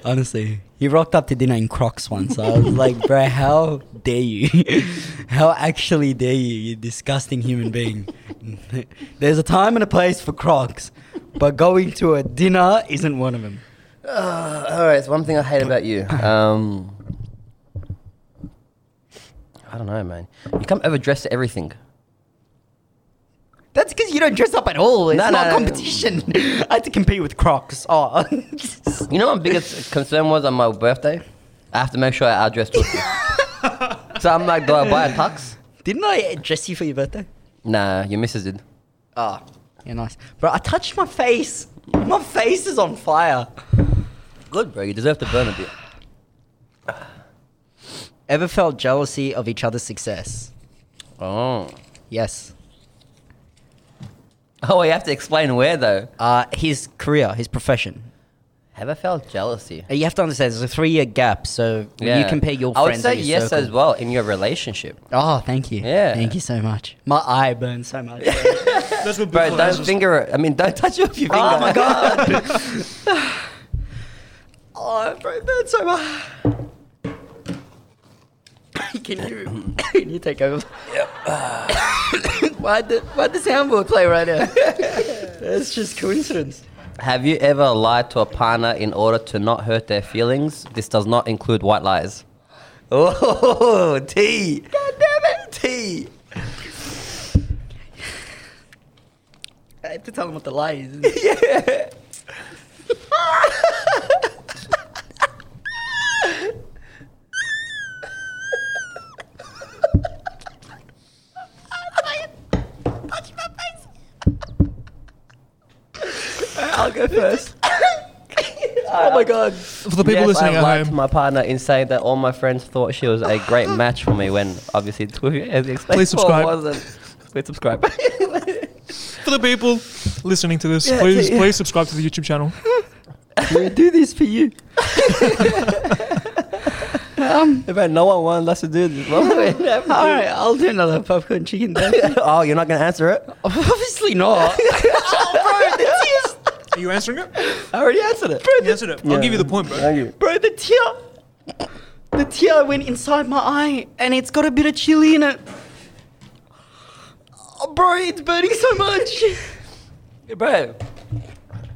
S1: Honestly, he rocked up to dinner in Crocs once. I was like, bro, how dare you? how actually dare you? You disgusting human being. There's a time and a place for Crocs, but going to a dinner isn't one of them.
S2: Uh, all right, it's one thing I hate about you. Um, I don't know, man. You come overdressed to everything.
S1: That's because you don't dress up at all. It's
S2: No,
S1: not
S2: no.
S1: competition. I had to compete with Crocs. Oh,
S2: You know, what my biggest concern was on my birthday. I have to make sure I dress too. so I'm like, do I buy a tux?
S1: didn't I dress you for your birthday?
S2: Nah, your missus did.
S1: Ah, yeah, nice. Bro, I touched my face. My face is on fire.
S2: Good, bro. You deserve to burn a bit.
S1: Ever felt jealousy of each other's success?
S2: Oh.
S1: Yes.
S2: Oh, you have to explain where though.
S1: Uh, his career, his profession.
S2: Have I felt jealousy?
S1: Uh, You have to understand, there's a three-year gap, so when you compare your
S2: I
S1: friends.
S2: would say
S1: and your
S2: yes
S1: circle-
S2: as well in your relationship.
S1: Oh, thank you.
S2: Yeah.
S1: Thank you so much. My eye burns so much.
S3: That's what
S2: Bro, don't finger it. I mean, don't touch it with your finger.
S1: oh my god. oh, bro, it burns so much. Can you can you take over? why the why the soundboard play right now? That's just coincidence.
S2: Have you ever lied to a partner in order to not hurt their feelings? This does not include white lies. Oh, T. God damn it, T.
S1: I have to tell them what the lie is.
S2: I'll go first.
S3: Oh my god. For the people
S2: yes,
S3: listening
S2: I
S3: at
S2: lied to
S3: home,
S2: my partner in saying that all my friends thought she was a great match for me when obviously it as explained,
S3: Please subscribe.
S2: wasn't. Please subscribe.
S3: for the people listening to this,
S2: Yeah,
S3: please
S2: yeah.
S3: please subscribe to the YouTube channel.
S1: we do this for you. um,
S2: If no one wanted us to do this, what would we have to
S1: all right, I'll do another popcorn chicken. Then.
S2: do? oh, you're not gonna answer it?
S1: Obviously not. oh, bro, the tears.
S3: Are you answering it?
S2: I already answered it.
S3: You answered it. I'll give you the point, bro.
S2: Thank you.
S1: Bro, the tear, the tear went inside my eye, and it's got a bit of chili in it. Oh, bro, it's burning so much.
S2: Bro,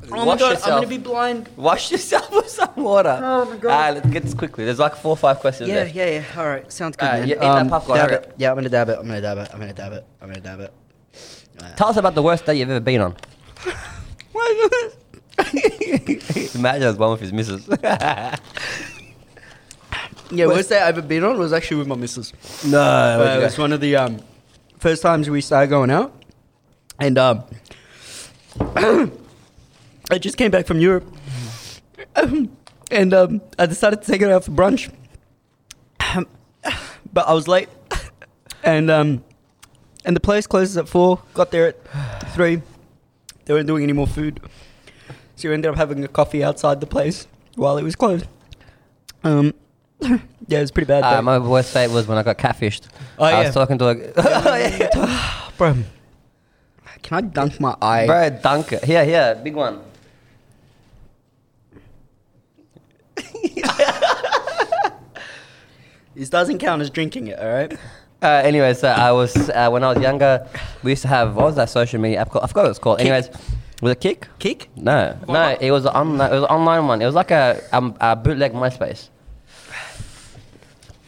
S1: Oh my
S2: Wash
S1: god, I'm
S2: yourself.
S1: gonna be blind.
S2: wash yourself with some water.
S1: Oh my God.
S2: Ah, let's get this quickly. There's like four or five questions
S1: Yeah,
S2: left.
S1: yeah, yeah. All right, sounds good,
S2: Uh,
S1: man. Um,
S2: yeah, eat that popcorn,
S1: dab
S2: hurry
S1: it. Yeah, I'm gonna dab it. I'm gonna dab it. I'm gonna dab it. I'm gonna dab it.
S2: Tell us about the worst day you've ever been on. Imagine as one with his missus.
S1: Yeah, worst day I've ever been on was actually with my missus.
S2: no,
S1: Uh, it was one of the um, first times we started going out, and um, I just came back from Europe, and um, I decided to take her out for brunch, but I was late, and um, and the place closes at four. Got there at three. They weren't doing any more food, so we ended up having a coffee outside the place while it was closed. Um, yeah, it was pretty bad.
S2: Uh,
S1: though.
S2: my worst fate was when I got catfished.
S1: Oh,
S2: I
S1: yeah.
S2: was talking to a
S1: Bro, can I dunk my eye?
S2: bro, dunk it. Here, here, big one.
S1: This doesn't count as drinking it, all right?
S2: Uh, anyway, so I was uh, when I was younger, we used to have what was that social media app called? I forgot what it was called.
S1: Kick.
S2: Anyways, was it Kick?
S1: Kick?
S2: No, no, it was on. It was an online one. It was like a um, a bootleg MySpace.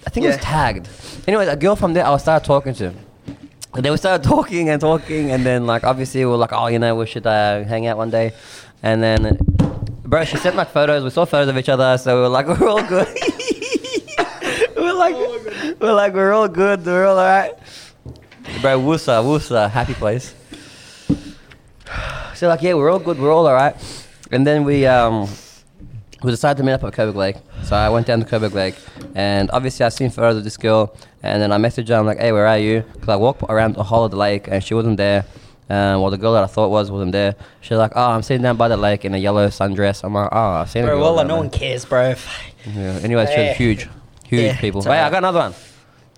S2: I think it was
S1: Yeah.
S2: tagged. Anyways, a girl from there I started talking to. And then we started talking and talking, and then like obviously we were like, oh, you know, we should uh, hang out one day. And then, bro, she sent like photos. We saw photos of each other, so we were like, we're all good. we're like, we're like, we're all good. We're all alright. Bro, Woosa, Woosa, happy place. So like, yeah, we're all good, we're all alright. And then we um we decided to meet up at Coburg Lake. So I went down to Coburg Lake, and obviously I seen photos of this girl, and then I messaged her. I'm like, hey, where are you? Cause I walked around the whole of the lake, and she wasn't there. Um, well, the girl that I thought was wasn't there. She's like, oh, I'm sitting down by the lake in a yellow sundress. I'm like, oh, I've seen a
S1: Bro,
S2: girl
S1: well,
S2: down
S1: no
S2: there."
S1: one cares, bro.
S2: Yeah. Anyway, she
S1: Eh.
S2: was huge, huge
S1: Yeah,
S2: people.
S1: it's
S2: Hey, I
S1: alright.
S2: got another one.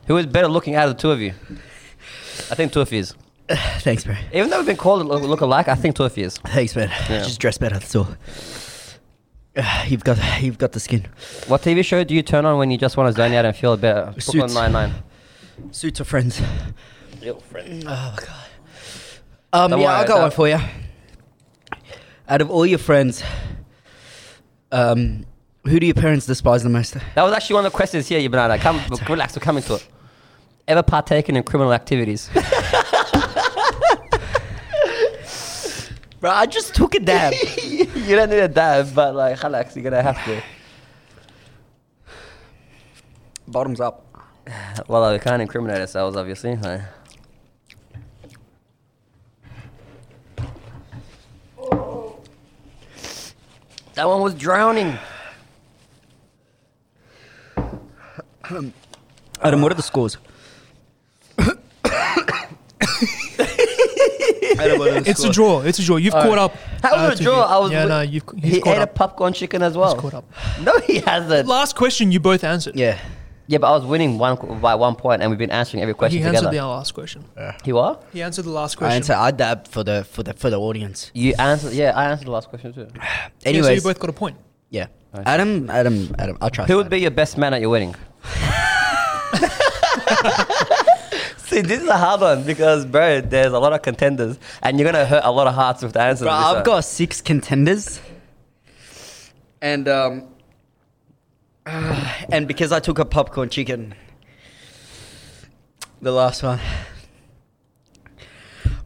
S2: Who is better looking out of the two of you? I think two of you is.
S1: Thanks, bro.
S2: Even though we've been called look, look alike, I think Tuffy is.
S1: Thanks, man.
S2: Yeah.
S1: Just dress better. That's all. Ah, You've got you've got the skin.
S2: What TV show do you turn on when you just want to zone out and feel a bit? uh, Brooklyn
S1: Suits.
S2: Nine Nine.
S1: Suits of friends.
S2: friend.
S1: Oh my god. Um,
S2: Don't
S1: yeah,
S2: worry,
S1: I'll got
S2: that-
S1: one for you. Out of all your friends, um, who do your parents despise the most?
S2: That was actually one of the questions here, you banana. Come, relax. We're coming to it. Ever partaken in criminal activities?
S1: Bro, I just took a dab.
S2: you don't need a dab, but like, relax. You're gonna have to.
S1: Bottoms up.
S2: Well, we can't incriminate ourselves, obviously. so- That one was drowning.
S1: Adam, what are the scores? Adam, what are the
S3: It's a
S1: scores?
S3: draw. It's a draw. You've
S1: All
S3: caught
S1: right.
S3: up.
S2: That was a
S3: to
S2: draw.
S3: the-
S2: I was.
S3: yeah,
S2: wi-
S3: no, you've, he's
S2: he
S3: caught
S2: ate a
S3: up.
S2: popcorn chicken as well.
S3: caught up.
S2: No, he hasn't.
S3: Last question, you both answered.
S1: Yeah.
S2: Yeah, but I was winning one qu- by one point, and we've been answering every
S3: he
S2: question
S3: answered
S2: together.
S3: the last question.
S2: He what?
S3: He answered the last
S1: I
S3: question.
S1: answer. I dab for the for the for the audience.
S2: You answered. Yeah, I answered the last question too.
S3: Yeah, so you
S1: Anyways,
S3: both got a point.
S1: yeah.
S2: Nice.
S1: Adam, Adam, Adam. I'll try.
S2: Who would be your best man at your wedding? See, this is a hard one because, bro, there's a lot of contenders, and you're gonna hurt a lot of hearts with the answers.
S1: Bro,
S2: to this one.
S1: I've got six contenders, and um, ah, and because I took a popcorn chicken, the last one.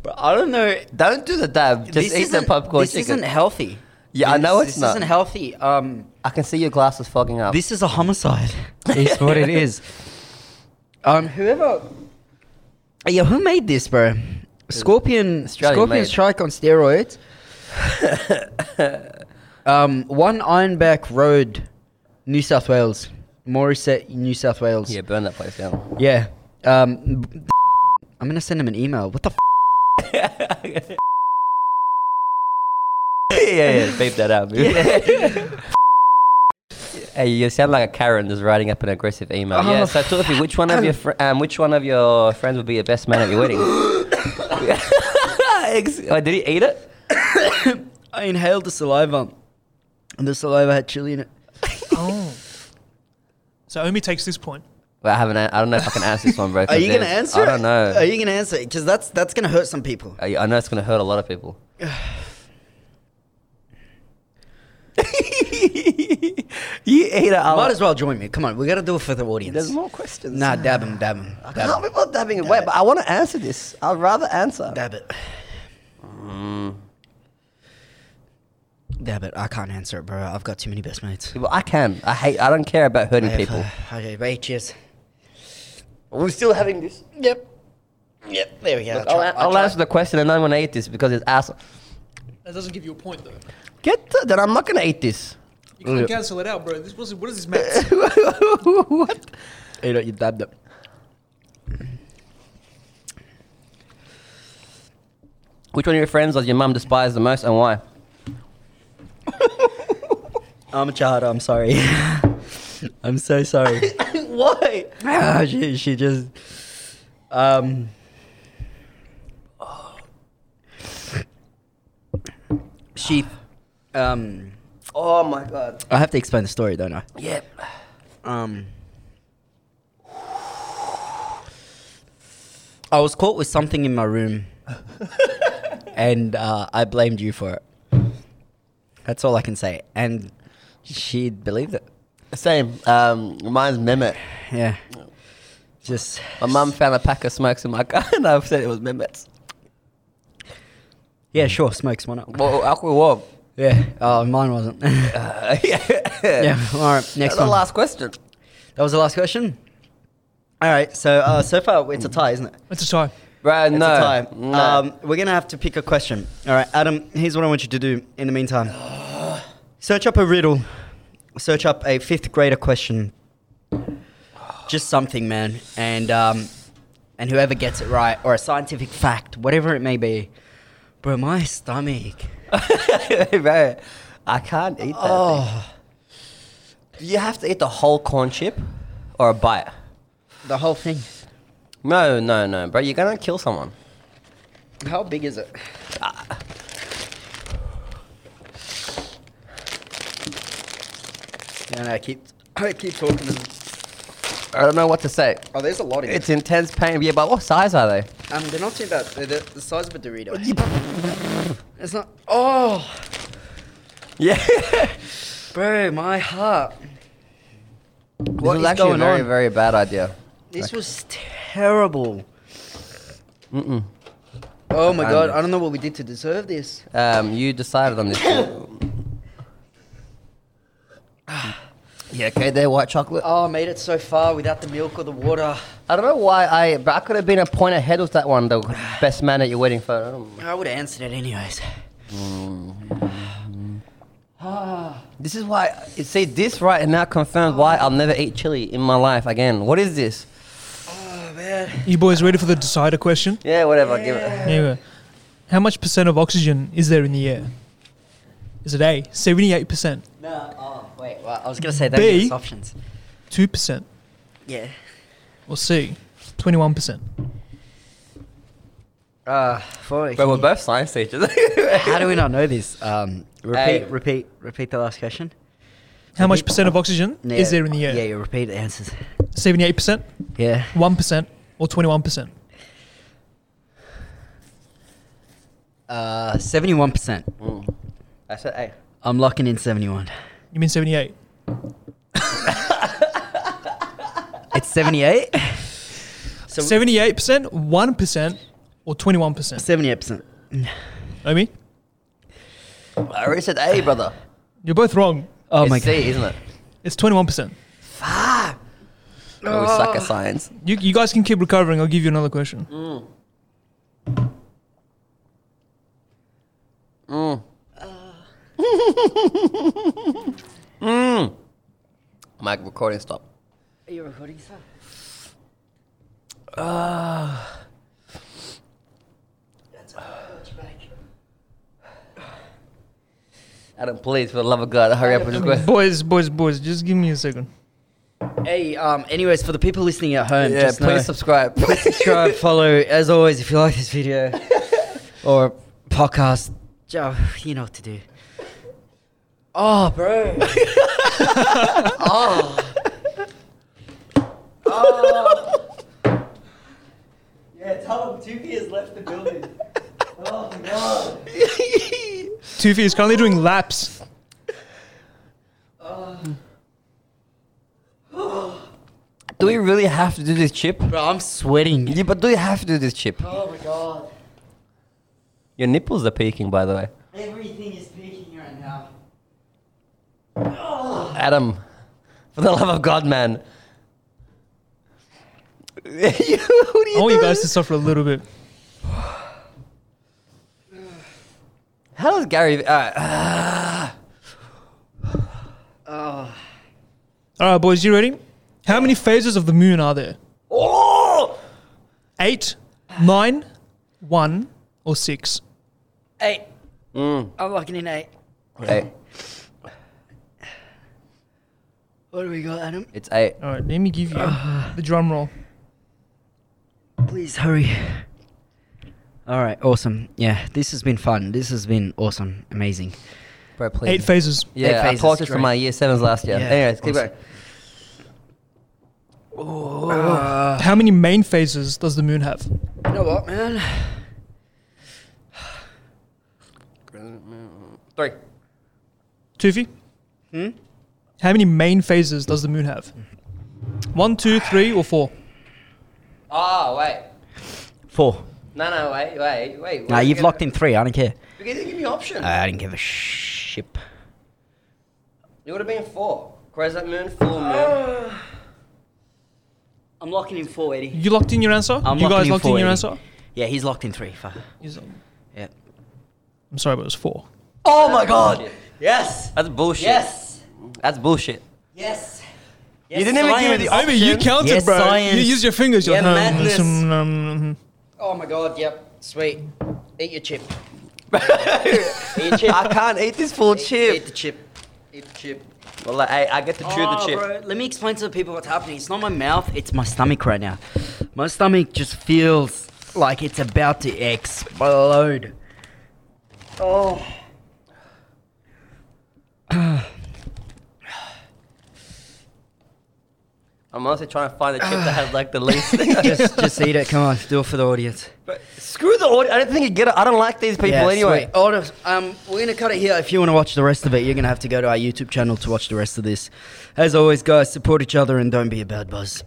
S1: Bro, I don't know.
S2: Don't do the dab. Just eat the
S1: isn't-
S2: popcorn
S1: This
S2: chicken.
S1: isn't healthy.
S2: Yeah, I
S1: This-
S2: know it's
S1: this
S2: not.
S1: isn't healthy. Um,
S2: I can see your glasses fogging up.
S1: this is a homicide. Oh. It's what it is. Um, whoever. Yeah, who made this, bro? Scorpion.
S2: Australian
S1: Scorpion
S2: made.
S1: strike on steroids. um, one Ironback Road, New South Wales. Morissette, New South Wales.
S2: yeah, burn that place down.
S1: Yeah. Um, b- I'm gonna send him an email. What the? F-
S2: yeah, yeah, beep that out. dude. hey, you sound like a Karen just writing up an aggressive email. yeah.
S1: Oh,
S2: So, Tulfi, which one of your fr- um, which one of your friends would be your best man at your wedding? Ex- oh, did he eat it?
S1: I inhaled the saliva, and the saliva had chili in it.
S3: Oh. So Omi takes this point.
S2: Well, I haven't. an- I don't know if I can answer this one, bro.
S1: Are
S2: 'cause
S1: you gonna
S2: there's-
S1: answer?
S2: I don't know.
S1: It? Are you gonna answer? Because that's that's gonna hurt some people.
S2: I, I know it's gonna hurt a lot of people. you ate it.
S1: Might as well join me. Come on, we gotta do it for the audience.
S2: Uh, There's more questions.
S1: Nah, dab him, dab him,
S2: I
S1: dab
S2: can't
S1: him,
S2: be bothered dabbing away, but I want to answer this. I'd rather answer.
S1: dab it,
S2: Mm.
S1: dab it. I can't answer it, bro. I've got too many best mates.
S2: Well, I can. I hate. I don't care about hurting
S1: Hey,
S2: people.
S1: if, uh, Okay, wait, cheers.
S2: We're still having this.
S1: Yep. Yep. There we go.
S2: I'll, I'll answer the question, and I'm gonna eat this because it's ass.
S3: That doesn't give you a point, though.
S2: Get the, then I'm not gonna eat this.
S3: You can't
S1: Yeah.
S3: cancel it out, bro. This was, what is this maths?
S2: what?
S1: You know, you dabbed it.
S2: Which one of your friends does your mum despise the most, and why?
S1: I'm a child. I'm sorry. I'm so sorry.
S2: why?
S1: Ah, she, she just. Um. She. Um.
S2: Oh my god.
S1: I have to explain the story, don't I?
S2: Yeah.
S1: Um. I was caught with something in my room, and uh, I blamed you for it. That's all I can say. And she believed it.
S2: Same. Um, mine's Mehmet.
S1: Yeah. Just.
S2: My mum found a pack of smokes in my car, and I've said it was Mehmet's.
S1: Yeah, sure. Smokes. Why not?
S2: Well, alcohol. warm.
S1: Yeah. Oh, mine wasn't.
S2: Uh, yeah.
S1: yeah. All right. Next
S2: That's the
S1: one.
S2: last question.
S1: That was the last question. All right. So uh, so far it's a tie, isn't it?
S3: It's a tie.
S2: Right,
S1: It's
S2: no.
S1: a tie.
S2: no.
S1: Um, we're gonna have to pick a question. All right, Adam. Here's what I want you to do in the meantime. Search up a riddle. Search up a fifth grader question. Just something, man. And um, and whoever gets it right, or a scientific fact, whatever it may be. Bro, my stomach.
S2: Bro, I can't eat that. Oh.
S1: Oh,
S2: You have to eat the whole corn chip or a bite.
S1: the whole thing.
S2: No, no, no, bro. You're gonna kill someone.
S1: How big is it? Ah. No, no, keep, keep talking.
S2: I don't know what to say.
S1: Oh, there's a lot in
S2: It's
S1: it.
S2: intense pain. Yeah, but what size are they?
S1: Um, they're not too bad. They're the, the size of a Dorito. it's not. Oh,
S2: Yeah.
S1: bro, my heart.
S2: this
S1: What
S2: was
S1: is
S2: actually a
S1: going
S2: very,
S1: on?
S2: very bad idea.
S1: This was terrible.
S2: Mm-mm.
S1: Oh my
S2: Um,
S1: god, I don't know what we did to deserve this.
S2: Um, you decided on this. yeah, okay, they're white chocolate.
S1: Oh, I made it so far without the milk or the water.
S2: I don't know why I, but I could have been a point ahead of that one, the best man at your wedding photo.
S1: I would have answered it anyways. Ah,
S2: This is why, you see, this right now confirms why I'll never eat chili in my life again. What is this?
S1: Oh man.
S3: You boys ready for the decider question?
S2: Yeah, whatever, give it.
S3: Here we go. How much percent of oxygen is there in the air? Is it A, 78%,
S1: No, oh, wait, well, I was gonna say that
S3: B.
S1: gives options.
S3: 2%,
S1: Yeah.
S3: or C, 21%?
S1: Uh, for
S2: But we're both science teachers.
S1: How do we not know this? Um, repeat,
S2: Hey.
S1: repeat, repeat the last question.
S3: How much percent of oxygen is there in the
S1: Yeah,
S3: air?
S1: you repeat the answers.
S3: 78%,
S1: Yeah.
S3: 1%, or 21%?
S1: Uh, seventy-one percent.
S2: Mm. I said A.
S1: I'm locking in seventy-one.
S3: You mean 78?
S1: It's seventy-eight. So
S3: 78%, 1%, or 21%?
S1: seventy-eight percent.
S3: Omi,
S2: I already said A, brother.
S3: you're both wrong.
S1: Oh
S2: it's
S1: my
S2: C,
S1: god.
S2: isn't it?
S3: It's 21%.
S2: Oh, we suck at science.
S3: You, you guys can keep recovering. I'll give you another question.
S2: Mike, recording stop.
S1: Are you recording stuff? Uh,
S2: Adam, please, for the love of God, hurry up with this question.
S3: Boys, boys, boys, just give me a second.
S1: Hey, um, anyways, for the people listening at home,
S2: Yeah,
S1: just
S2: please
S1: know,
S2: subscribe.
S1: subscribe, follow. As always, if you like this video or podcast, Joe, you know what to do. Oh, bro. oh. Oh. Yeah, tell him two has left the building. Oh, my God.
S3: Tufi is currently doing laps.
S2: do we really have to do this chip?
S1: Bro, I'm sweating.
S2: Yeah, but do you have to do this chip?
S1: Oh, my God.
S2: Your nipples are peeking, by the way.
S1: Everything is peaking right now.
S2: Adam, for the love of God, man. What are you
S3: I
S1: Oh,
S3: want you
S2: doing?
S3: guys to suffer a little bit.
S2: How does Gary? Uh,
S1: Oh.
S3: All right, boys, you ready? How many phases of the moon are there?
S2: oh,
S3: Eight, nine, one, or six?
S1: Eight.
S2: Mm.
S1: I'm locking in eight.
S2: hey,
S1: What do we got, Adam?
S2: it's eight.
S3: All right, let me give you the drum roll.
S1: Please hurry. All right, awesome. Yeah, this has been fun. This has been awesome, amazing.
S2: Bro, please.
S3: Eight phases.
S2: Yeah,
S1: Eight
S2: I
S1: phases,
S2: taught this for
S1: great.
S2: my year sevens last year.
S1: Yeah,
S2: Anyways, keep
S1: awesome.
S2: going.
S3: How many main phases does the moon have?
S1: You know what, man?
S2: Three.
S3: Tufi?
S1: Hmm?
S3: How many main phases does the moon have? One, two, three, or four?
S2: Oh wait.
S1: Four.
S2: No, no, wait, wait, wait.
S1: Nah, you've locked in three. I don't care. Uh,
S2: Because you give me options.
S1: I don't give a ship.
S2: it would have been four. Crescent moon, full moon.
S1: I'm locking in four, Eddie.
S3: You locked in your answer?
S1: I'm
S3: you
S1: locking
S3: guys
S1: in
S3: locked in
S1: four,
S3: your
S1: Eddie.
S3: answer?
S1: Yeah, he's locked in three. Fuck.
S3: I'm
S1: Yeah.
S3: sorry, but it was four.
S1: Oh my God. Yes.
S2: That's bullshit.
S1: Yes.
S2: That's bullshit.
S1: Yes.
S2: You didn't even give me the
S3: Obi, you counted,
S1: Yes,
S3: bro.
S1: science.
S3: You used your fingers. You're
S1: Yeah,
S3: like, um,
S1: madness.
S3: some, um,
S1: Oh my God. Yep. Sweet. Eat your chip. Eat your chip.
S2: I can't eat this full chip.
S1: Eat the chip. Eat the chip.
S2: Well, like, I, I get to chew the
S1: Oh,
S2: chip.
S1: bro, let me explain to the people what's happening. It's not my mouth, it's my stomach right now. My stomach just feels like it's about to explode. Oh.
S2: I'm honestly trying to find the chip that has like the least.
S1: just, just eat it. Come on, do it for the audience.
S2: But screw the audio. I don't think you get it. I don't like these people
S1: Yeah,
S2: anyway.
S1: sweet. Hold on, um, we're gonna cut it here. If you want to watch the rest of it, you're gonna have to go to our YouTube channel to watch the rest of this. As always, guys, support each other and don't be a bad buzz.